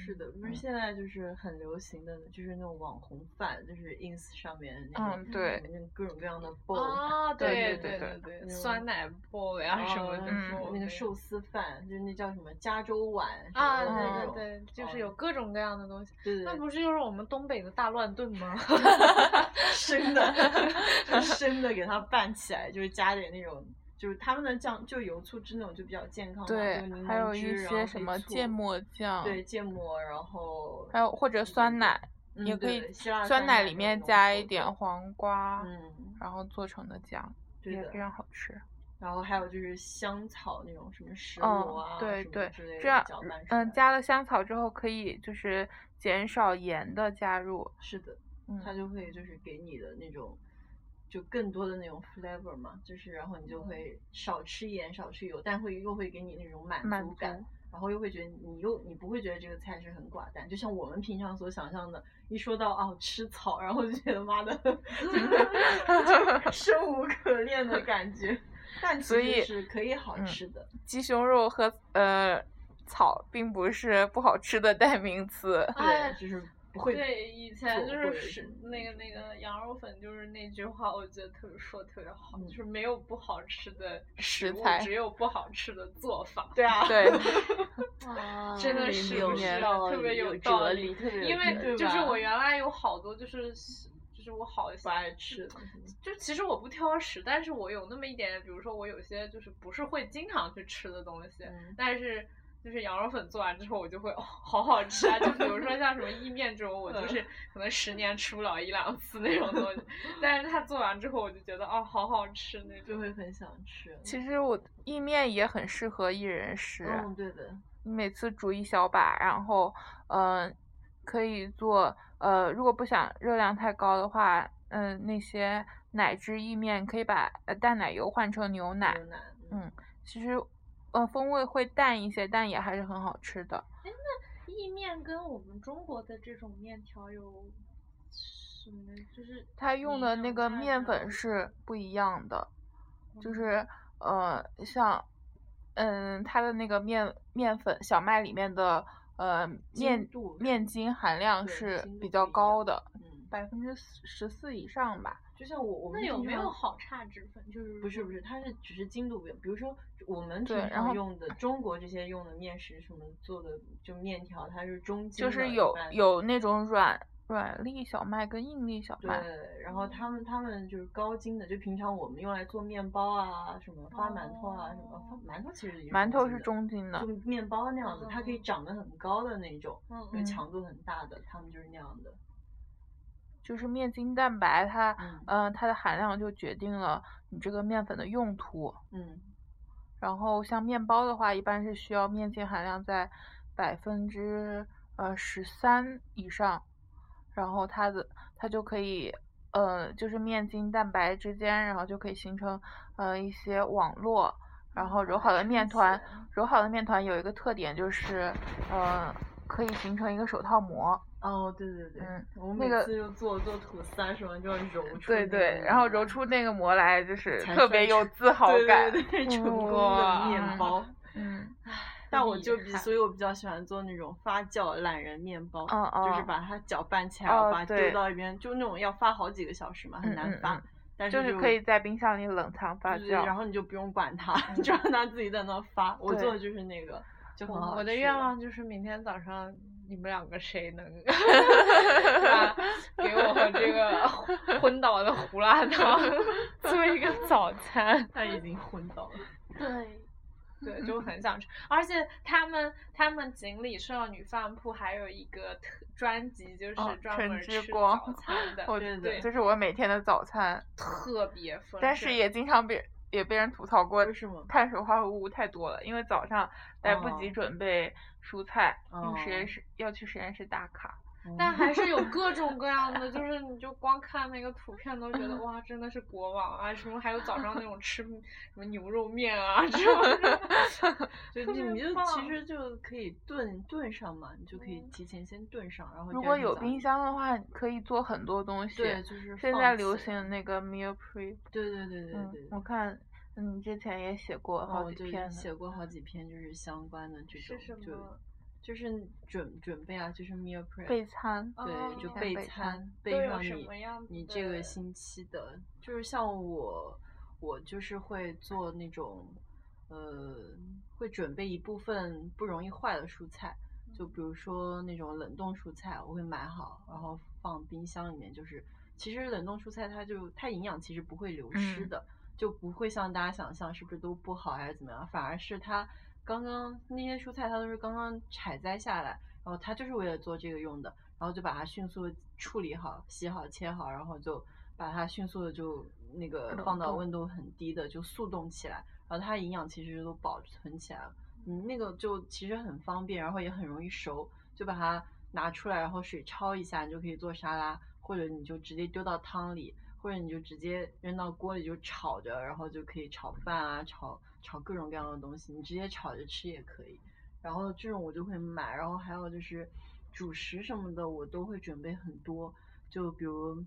是的，不是
嗯
现在就是很流行的，就是那种网红饭，就是 ins 上面那种
嗯，对，
那种各种各样的 bowl，、
啊，
对
对对
对对
对，
嗯
酸奶 bowl 呀
然后
什么的
嗯
bowl，
那个
对
寿司饭，就是那叫什么加州碗什么
啊，
的那
对
种
对对，就是
嗯
有各种各样的东西，
对对
那
对，
不是就是我们东北的大乱炖吗？
生的，就生的给它拌起来，就是加点那种。就是他们的酱，就油醋汁那种就比较健康嘛，
对
就是柠，
还
檬
有
汁
一
然
些
后
什
黑
么
醋
芥末酱，
对，芥末，然后
还有或者酸奶，
嗯
也可
对
以
希腊
酸
奶
奶里
那
面
种
加
口
一
感
点黄瓜，
嗯，
然后做成的酱，
对
也
的
非。常好吃。
然后还有就是香草那种什么石榴
嗯
啊，，
对
什么
对
之类，的
这样
搅拌出来
嗯加了香草之后可以就是减少盐的加入，
是的，
嗯，
它就会就是给你的那种。就更多的那种 flavor 嘛，就是然后你就会少吃盐、少吃油，但会又会给你那种满
满
足
足
感，然后又会觉得你又你不会觉得这个菜是很寡淡，就像我们平常所想象的，一说到哦吃草，然后就觉得妈的就是生无可恋的感觉，但其
所以
实是可以好
嗯
吃的，
鸡胸肉和呃草并不是不好吃的代名 词。
哎
对，就是不 会
对，以前
做
就
或
是
者
是
是
那个那个羊肉粉，就是那句话，我觉得特别说得特别好，
嗯
就是没有不好吃的
食
物
材
只有不好吃的做法。
对啊，
对，
哇，
真的
有
是
有
不是
道
特别
理
有
有
道
哲
理
理，特别有
因
哲
为
对
就是
吧
我原来有好多就是就是我好
不爱吃的。
就其实我不挑食，但是我有那么一点，比如说我有些就是不是会经常去吃的东西，
嗯
但是就是羊肉粉做完之后，我就会哦，好好吃啊！就比如说像什么意面这种，我就是可能十年吃不了一两次那种东西，但是它做完之后，我就觉得哦，好好吃那
就
种。
会很想吃。
其啊实我意面也很适合一人食，
嗯，对的，
你每次煮一小把，然后嗯、呃可以做呃，如果不想热量太高的话，嗯、那些奶汁意面可以把呃淡奶油换成牛奶
牛，奶，
嗯其实呃风味会淡一些，但也还是很好吃的。
意面跟我们中国的这种面条有什么？就是
它用的那个面粉
是。
是不一样的，
哦
就是呃，像嗯，它的那个面面粉小麦里面的呃
精
面
度是
面筋含量
对
是
精度
比
不
较
一样
高的，
嗯
百分之十四以上吧。
就像我我们
那有
平
没有
常
好差之分？就是
不是
说
不是，它是只是精度不一样。比如说我们
对
平
然后
常用的中国这些用的面食什么做的，就面条它是中筋
就
的，
是
一
有
般
有那种软软粒小麦跟硬粒小
对
麦，，
然
嗯
后他们他们就是高筋的，就平常我们用来做面包啊，什么发馒头啊，什么发
哦
馒头其实也
馒头
筋
是
的
中筋的
就。面包那样子，它可以
嗯
长得很高的那种，
嗯
就
嗯
强度很大的，他们就是那样的。
就是面筋蛋白，它
嗯
嗯、呃它的含量就决定了你这个面粉的用途。
嗯，
然后像面包的话，一般是需要面筋含量在百分之呃十三以上，然后它的它就可以呃就是面筋蛋白之间，然后就可以形成呃一些网络，然
嗯
后揉好的面团，揉好的面团有一个特点就是呃可以形成一个手套膜，
哦，对对对，
嗯
我
那
每
个
次就做做吐司啊什么，就要揉出
对
那
对，
个
然后
面
揉
来
出那个膜来，就是
才
特
算
别有
是
自豪
对
感。
对对，成功的
哇
哦
啊
面包。
嗯，
但我就比
厉，害
所以我比较喜欢做那种发酵懒人面包，
嗯
就是
嗯
把它搅拌起来，然后
哦
把它
对
丢到一边，就那种要发好几个小时嘛，很
嗯
难
嗯
发
嗯，
但
就是是可以在冰箱里冷藏发
对对对然
酵。嗯
后你就不用管它， 就让它自己在那发。我
对
做的就是那个，就很好吃。
我的愿望就是明天早上你们两个谁 能把给我和这个 昏昏倒的胡辣汤做一个早餐。
他已经昏倒了。
对，
对，就很想吃。而且他们他们锦里少女饭铺还有一个特专辑，就是
哦
专
陈
门
之
吃
光
早餐的，
我
对
对
这是我每天的早餐，
特别丰盛。
但是也经常被也被人吐槽过
为，什么？
碳水化合物太多了，因为早上来不及
哦
准备蔬菜，用实
哦
验室要去实验室打卡。
但还是有各种各样的，就是你就光看那个图片都觉 得哇，真的是国王啊！什么还有早上那种吃什么牛肉面啊，这 种
就
特
你
别
你就
棒嗯
其实就可以炖炖上嘛，你就可以提前先炖上，然后
如
第
果
二天
有
早
冰
上
箱的话，可以做很多东西。
对，就是
现
放
在流
起
行
来
的那个 meal prep。
对对对对对
嗯
对，
我看嗯你之前也写过
哦
好
我
几
就已
篇
经
呢。
写过好几篇就是相关的这
嗯是
种，
什
就
么？
就是准准备啊，就是 meal prep，
备餐。
对，就
哦
备
餐
餐，
备
都有
上
什
你
么样
你
子
这个
的
星期的，就是像我，我就是会做那种，呃，会准备一部分不容易坏的蔬菜，就比如说那种冷冻蔬菜，我会买好，然后放冰箱里面。就是其实冷冻蔬菜它就它营养其实不会流失
嗯
的，就不会像大家想象是不是都不好还是怎么样，反而是它刚刚那些蔬菜它都是刚刚采摘下来，然后它就是为了做这个用的，然后就把它迅速地处理好、洗好、切好，然后就把它迅速的就那个
冷
放到
冻，
温度很低的就速冻起来，然后它营养其实都保存起来了。嗯，那个就其实很方便，然后也很容易熟，就把它拿出来，然后水焯一下，你就可以做沙拉，或者你就直接丢到汤里，或者你就直接扔到锅里就炒着，然后就可以炒饭啊，炒炒各种各样的东西，你直接炒着吃也可以。然后这种我就会买，然后还有就是主食什么的，我都会准备很多，就比如。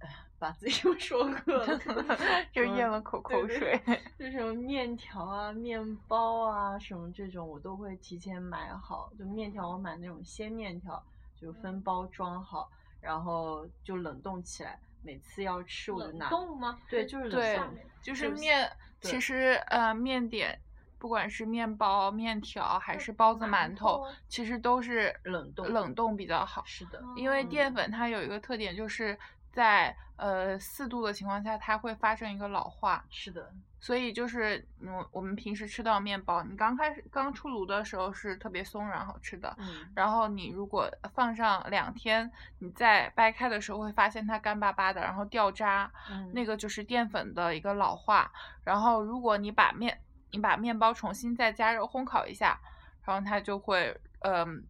哎呀把自己又 说饿了
又
什么
咽了口
对
口
对
水。
就什么面条啊、面包啊什么这种，我都会提前买好。就面条，我买那种鲜面条，就
嗯
分包装好，然后就冷冻起来。每次要吃我就
冷
拿，
冻吗？
对，就是冷
对
冻。
就是
就是
面，
对
其实呃，面点，不管是面包、面条还是包子、
馒
馒头
头，
其实都是
冷冻
冷冻比较好，
是的，
因为
嗯
淀粉它有一个特点，就是在呃四度的情况下，它会发生一个老化。
是的，
所以就是，嗯，我们平时吃到面包，你刚开始刚出炉的时候是特别松软好吃的，
嗯，
然后你如果放上两天，你再掰开的时候会发现它干巴巴的，然后掉渣。那
个
个就是淀粉的一个老化。然后如果你把面你把面包重新再加热烘烤一下，然后它就会嗯。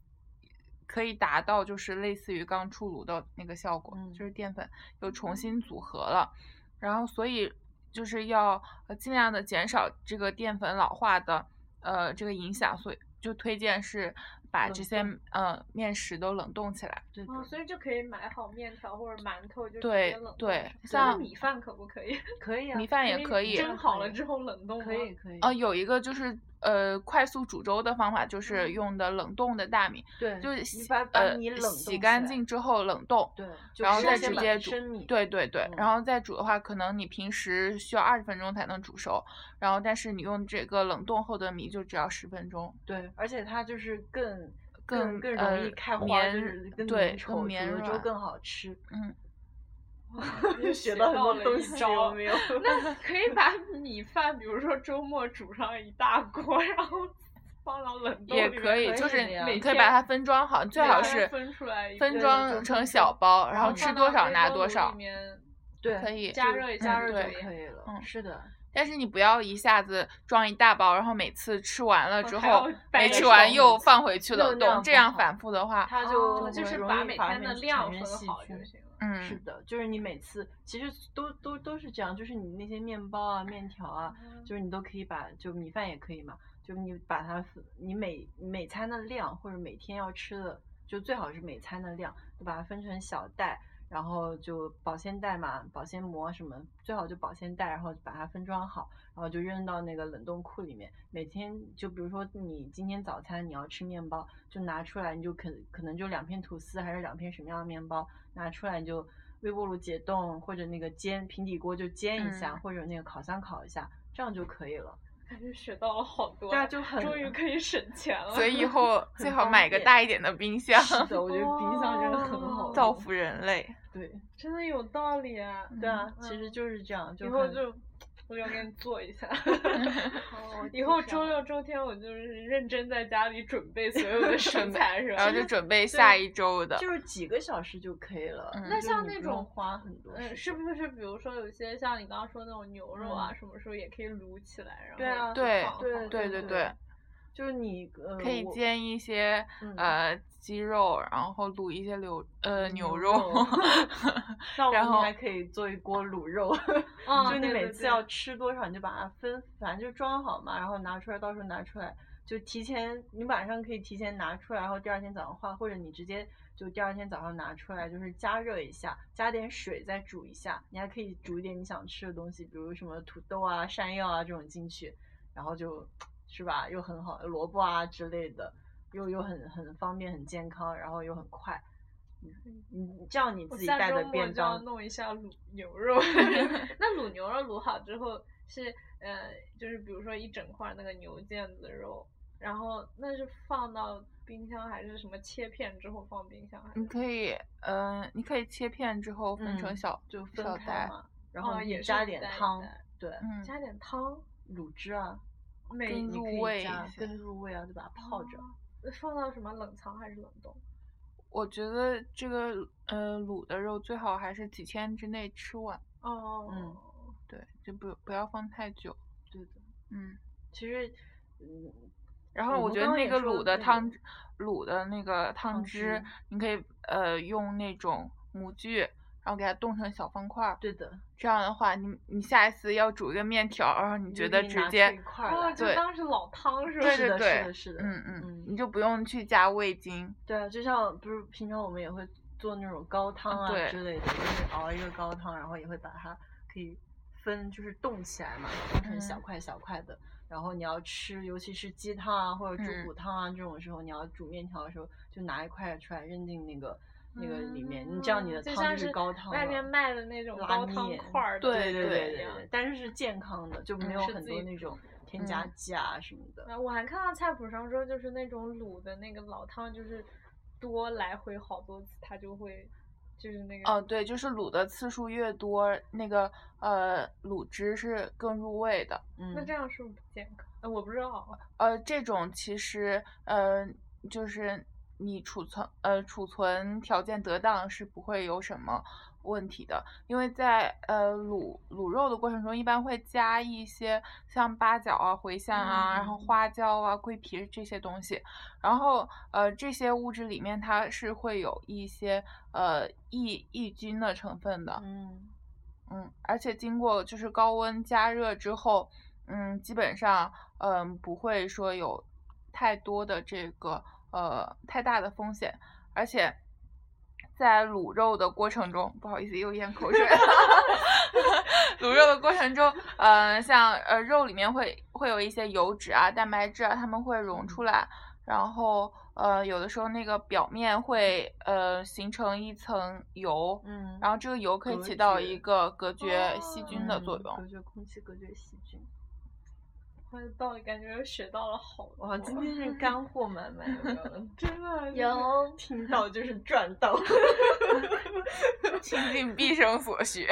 可以达到就是类似于刚出炉的那个效果，
嗯
就是淀粉又重新组合了，然后所以就是要呃尽量的减少这个淀粉老化的呃这个影响，所以就推荐是把
冷
这些呃面食都冷冻起来。
对的
哦，所以就可以买好面条或者馒头，就直
对
接冷冻
对
吃
像
那米饭可不可以？
可以啊，
米饭也可以
蒸好了之后冷冻吗
可以可以
哦呃，有一个就是呃快速煮粥的方法就是
嗯
用的冷冻的大米，
对，
就是
你
洗
把把
呃
米冷冻
洗
起
干
来
净，之后冷冻，
对，就
然后
生
再
鲜
直
版
接
的
煮
生米，
对对对，然
嗯
后再煮的话，可能你平时需要二十分钟才能煮熟，然后但是你用这个冷冻后的米就只要十分钟，
对，而且它就是更
更
更容易
呃
开花，
绵
就是更
对
粘
更
稠，
绵
煮的粥
软
更好吃。
嗯，
又学到很多东西，有没有？
那可以把米饭，比如说周末煮上一大锅，然后放到冷冻
也
里
可
面
以，
可
就
以
是
的呀
你
每
可以
天
把它分装好，最
每
好
天
是
分出来一
分
个
就
装
分
成小
装
包，
然
然后
后
嗯
吃
放
多
到
少
微
拿
波
多
炉
少
里，面
对，
可以
加
就
热一
加
加热
热
就
对
可
可
以。
以了，
嗯
是的，
但是你不要一下子装一大包，然后每次吃完了
哦
之
还
后
要掰
没
着
吃
装
完
回
又
去
放回去
那
冷
那样
冻，这
不
样
好
反复的话，
它
哦
就
就
会
是
容
把
易
每
发
天的
生
量
产生
分
细
好就
菌是
行了。
嗯，
的，就是你每次其实都都都是这样，就是你那些面包啊、面条啊，就是你都可以把，就米饭也可以嘛，就你把它分，你每每餐的量或者每天要吃的，就最好是每餐的量，就把它分成小袋，然后就保鲜袋嘛、保鲜膜什么，最好就保鲜袋，然后把它分装好，然后就扔到那个冷冻库里面。每天就比如说你今天早餐你要吃面包，就拿出来，你就可可能就两片吐司还是两片什么样的面包，拿出来你就微波炉解冻或者那个煎平底锅就煎一下，
嗯
或者那个烤箱烤一下，这样就可以了。
感觉学到了好多，
这样就很
终于可以省钱了。
啊所以 以后最
很
好
方
买个
便
大一点的冰箱，
是的，我觉得冰箱真的很好
哦
造
用。
福人类。
对
真的有道理啊！
对啊，其
嗯
实就是这样，就
以后
很
就我要给你做一 下。
哦
以后周六周天我就是认真在家里准备所有的食
准备
材，是吧？
然后就准备下一周的。
就是几个小时就可以了。
嗯
那
就
像
你
那
不用
种
花很多时
嗯，
间，
是不是比如说有些像你刚刚说那种牛肉啊，什么时候也可以卤起来，
对
然
啊
后
对
放
对
好
对对对，
就是你呃
可以
我
煎一些
嗯
呃鸡肉，然后卤一些牛呃牛
牛
肉
肉，像我
然
们
后
还可以做一锅卤 肉，
嗯
就你
对
每
对
次
对
要吃多少，你就把它分，反正就装好嘛，然后拿出来，到时候拿出来，就提前，你晚上可以提前拿出来，然后第二天早上化，或者你直接就第二天早上拿出来，就是加热一下，加点水再煮一下，你还可以煮一点你想吃的东西，比如什么土豆啊、山药啊这种进去，然后就是吧，又很好，萝卜啊之类的，又又很很方便、很健康，然后又很快。嗯你这样你
我
自己
下
带
周
的
末
便
就要
当，
弄一下 卤牛 肉。那卤牛肉卤好之后是呃，就是比如说一整块那个牛腱子肉，然后那是放到冰箱还是什么切片之后放冰箱？还
你
是？
可以嗯、呃你可以切片之后分成
嗯
小，
就分
小
开
袋
嘛，然后
哦
你
也是
加
一
点
袋一
汤，
袋
对，
嗯，
加点汤，
卤汁啊，
每
哦更
你
入
可以
味
加
一哦些
更入味啊，就把它泡着。
呃放到什么冷藏还是冷冻？
我觉得这个呃卤的肉最好还是几天之内吃完，
哦，
嗯
对，就不不要放太久，
对的，
嗯。
其实，嗯，
然后
我
我
们
觉
刚刚
得那
也
个
说
卤的
那个
汤汁，卤的那个汤
汤
汁
汁，
你可以呃用那种模具，然后给它冻成小方块儿。
对的，
这样的话，你你下一次要煮一个面条儿，然后你
你
觉
就
得
可以
直
拿出
接
一，块儿
哦，
来
就
对
当是老汤是吧？
对
是
对
的，
对
是的，是的，
嗯嗯，你
嗯，
就不用去加味精。
对啊，就像不是平常我们也会做那种高汤
啊
啊
对
之类的，就是熬一个高汤，然后也会把它可以分，就是冻起来嘛，冻成小
嗯
块小块的。然后你要吃，尤其是鸡汤啊或者猪
嗯
骨汤啊这种时候，你要煮面条的时候，就拿一块出来扔进那个那个里面，你这样你的
嗯就
汤
像
就是高汤
外
了
面卖的那种
拉
高汤
面
块儿的
对对
对对
对
一
对
样
对，但是是健康的，就没
嗯
有
是
很
自
多
己
那
煮
种添加
嗯
剂啊什么的。
啊，我还看到菜谱上说，就是那种卤的那个老汤，就是多来回好多次，它就会就是那个
哦，对，就是卤的次数越多，那个呃卤汁是更入味的。
嗯，
那这样是不是不健康？呃我不知道，
呃，这种其实呃就是你储存呃储存条件得当是不会有什么问题的，因为在呃卤卤肉的过程中，一般会加一些像八角啊、茴香啊，然后
嗯
花椒啊、桂皮这些东西，然后呃这些物质里面它是会有一些呃抑抑菌的成分的，
嗯，
嗯，而且经过就是高温加热之后，嗯，基本上嗯不会说有太多的这个呃太大的风险，而且在卤肉的过程中，不好意思又咽 口水，卤肉的过程中，呃，像呃肉里面会会有一些油脂啊、蛋白质啊，它们会溶出来，然后呃，有的时候那个表面会呃形成一层油，
嗯
然后这个油可以
隔
起到
绝
一个隔绝细
哦
菌的作用。
嗯隔绝空气，隔绝细菌。
我到感觉学到了好多。
哇，今天是干货满满，有没有
真 的就是
有。
听到就是赚 到。
倾尽毕生所 学。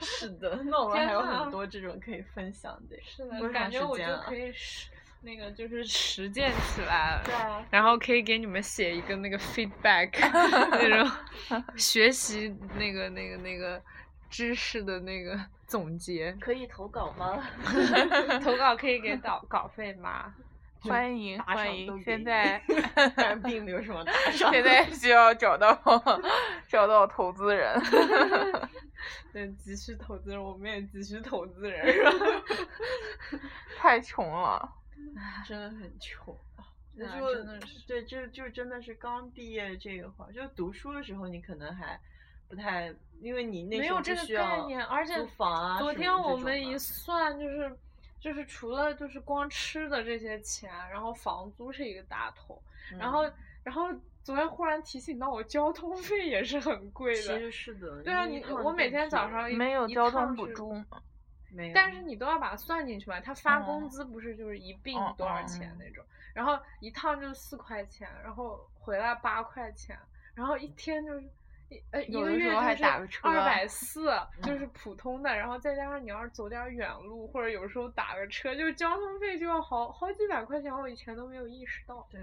是的，那我们
天
还有
呐
很多这种可以分享的。
是
多
的，
长
感觉
时
我就
间啊
可以实那个就是实践起来了。
啊，
然后可以给你们写一个那个 feedback 那 种学习那个那个那个知识的那个总结
可以投稿吗？
投稿可以给稿稿费吗？
欢迎
打赏
欢
都
迎！
给
现
你
在
但是并没有什 么打赏。
现在需要找到找到投资人。
对，急需投资人，我们也急需投资 人，是吧？
太穷了，
真的很穷。啊！
对啊
就
真的是
对，就就真的是刚毕业这个会儿，就是读书的时候，你可能还不太，因为你那
没
时候
有
不
这个
需要
概念而且
租房啊什么
昨
的这
天
种嘛，
我们一算，就是就是除了就是光吃的这些钱，然后房租是一个大头，然
嗯
后然后昨天忽然提醒到我，交通费也是很贵
其
的。
实是的，
对啊，
因为一
你
趟
我每
电
天
梯
早上一
没有
一
交
趟
通补
是
助，
没有，
但是你都要把它算进去嘛，他发
哦
工资不是就是一并
哦
多少
哦
钱
嗯
那种，然后一趟就四块钱，然后回来八块钱，然后一天就是。一呃，一
有
个
的时
月
候还
就是
打个车嗯
二百四，就是普通的，然后再加上你要是走点远路，或者有时候打个车，就是交通费就要好好几百块钱，我以前都没有意识到。
对，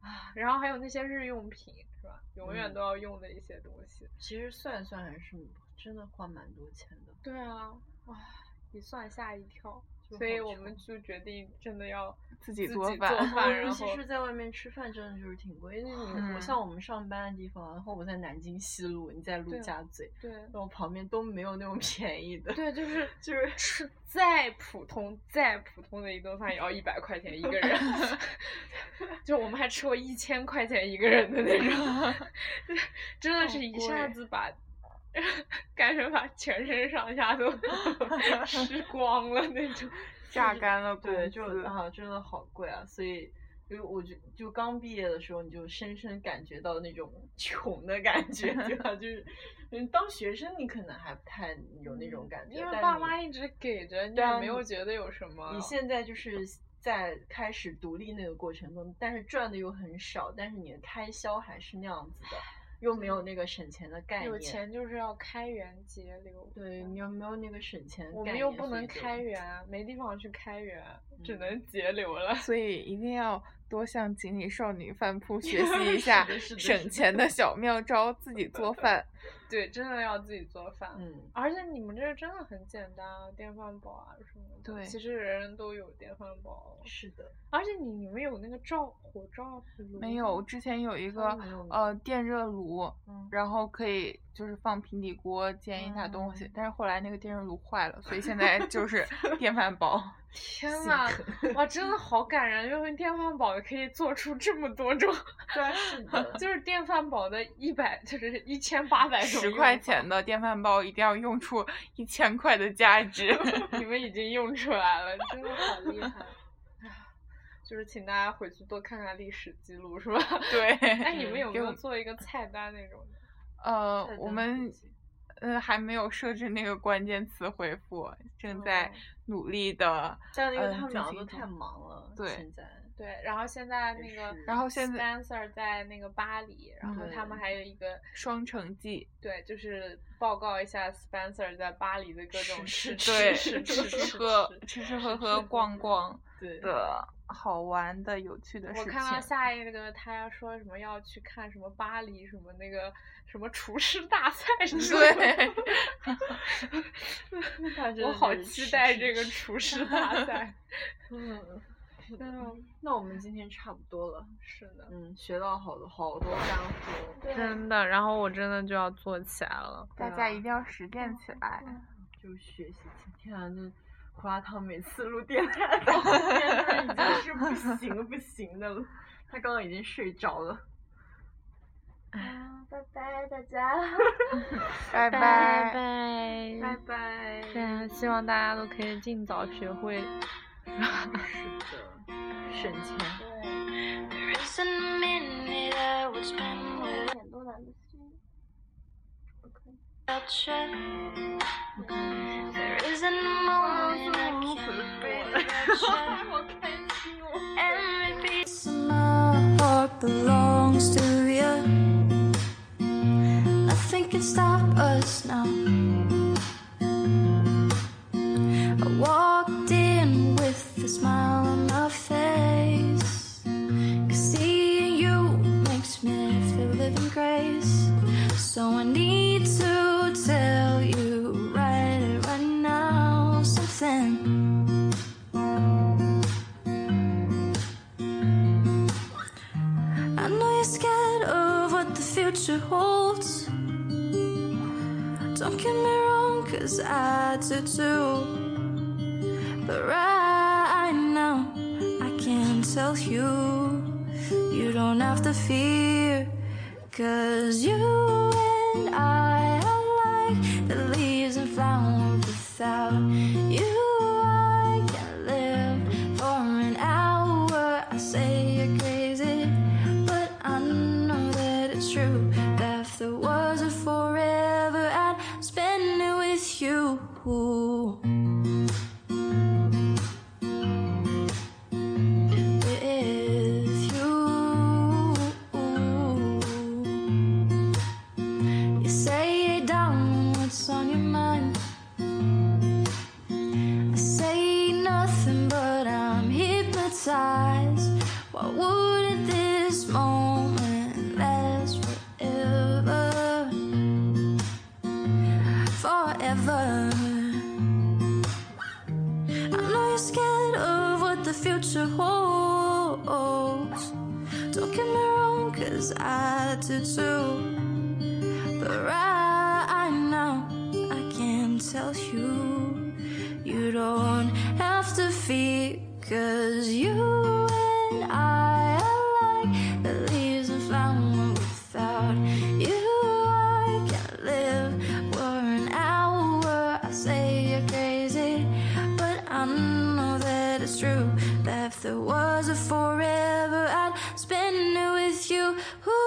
啊
然后还有那些日用品，是吧？永远
嗯
都要用的一些东西。
其实算一算还是真的花蛮多钱的。
对啊，哇，一算吓一跳，
就
所以
好
我
穷
们就决定真的要
自己
自
做
己
饭
做饭 然
尤其
后
是在外面吃饭，真的就是挺贵。因为你、我
嗯
像我们上班的地方，然后我在南京西路，你在陆
对啊
家嘴，
对
然后旁边都没有那种 便宜的。
对，就是
就是
吃再普通再普通的一顿饭也要一百块钱一个 人，就我们还吃过一千块钱一个人的那种， 真的
好
是一
贵
下子把。 感觉把全身上下都 吃光了那种，
榨干了工
对，
资。
就啊，真的好贵啊！所以，就我就就刚毕业的时候，你就深深感觉到那种 穷的感觉，对 吧？就是，嗯，当学生你可能还不太有那种感觉，
嗯因为
但
爸
你
妈一直给着，你
对
也
啊
没有
你
觉得有什么。
你现在就是在开始独立那个过程中，但是赚的又很少，但是你的开销还是那样子的，又没有那个省钱的概念。
有钱就是要开源节流。
对你有没有那个省钱概念？
我们又不
所以
能
就
开源，啊没地方去开源，只
嗯
能节流了。
所以一定要多向锦鲤少女饭 铺学习一下
是的是的是
省
的
钱的小妙招，自己做饭。
对，真的要自己做饭。
嗯，
而且你们这真的很简单啊，电饭煲啊什么的。
对
其实人人都有电饭煲。
是的，
而且你你们有那个照火照炉
没有，我
吗，哦
之前有一
他
个
们没有吗
呃电热炉，
嗯
然后可以就是放平底锅煎一下东
嗯
西，但是后来那个电热炉坏了，所以现在 就是电饭煲。
天呐，哇，真的好感人！因为电饭煲可以做出这么多 种，，
对啊，是的
就是电饭煲的一百，就是一千八百种。
十块钱的电饭煲一定要用出一千块的 价值。
你们已经用出来了，真的好 厉害！啊就是请大家回去多看看历史记录，是吧？
对，
哎，你们有没
给我
有做一个菜单那种的？
呃
菜，
我
单
们
笔记
呃还没有设置那个关键词回复，正在
哦
努力的。
但因为
嗯
他们
进
嗯两个
行
都
一种
太忙了，
对
现在
对，然后现在那
也
个
是
然后现在
Spencer 在那个巴黎，然后他们还有一个
双城记，
对，就是报告一下 Spencer 在巴黎的各种
吃
对，
吃
吃
吃
吃
吃
喝
吃
吃吃喝喝逛逛
对
的好玩的有趣的事
我
情。
啊
看到下一个他要说什么要去看什么巴黎什么那个什么厨师大 赛之类的，
对，
他真
我
的
好
就是
期
吃
待
吃
这个
吃
厨师大赛。
嗯，是的
嗯，
那我们今天差不多了，
是的，
嗯，学到好多好多干货。
真的。然后我真的就要做起来了。
大家一定要实践起来。
就学习起。天啊，这胡辣汤每次录电台到现在已经是不行不行的了。他刚刚已经睡着了。
啊拜拜大家，
拜
拜
拜。
拜
拜拜。
对，希望大家都可以尽早学会省钱。
点多难的心。
There isn't moment I can't
好开心哦。
Every piece of my heart belongs to you. Nothing can stop us now. I walked in with a smile on my face. 'Cause seeing you makes me feel living grace. So I need to tell you right, right now something. I know you're scared of what the future holds. Don't get me wrong, cause I do too. But right now, I can tell you, you don't have to fear. Cause you and I are like the leaves and flowers without you. I can live for an hour. I say you're crazy. But I know that it's true that if there was a forever, I'd spend it with you. With you. You say it down what's on your mind. I say nothing, but I'm hypnotized. Why wouldn't this moment last forever? Forever. I know you're scared of what the future holds. Don't get me wrong, cause I do too. But right now, I can tell you, you don't have to fear, cause you and I are like the leaves and flowers without you. I can live for an hour. I say you're crazy, but I know that it's true. That if there was a forever, I'd spend it with you. Ooh.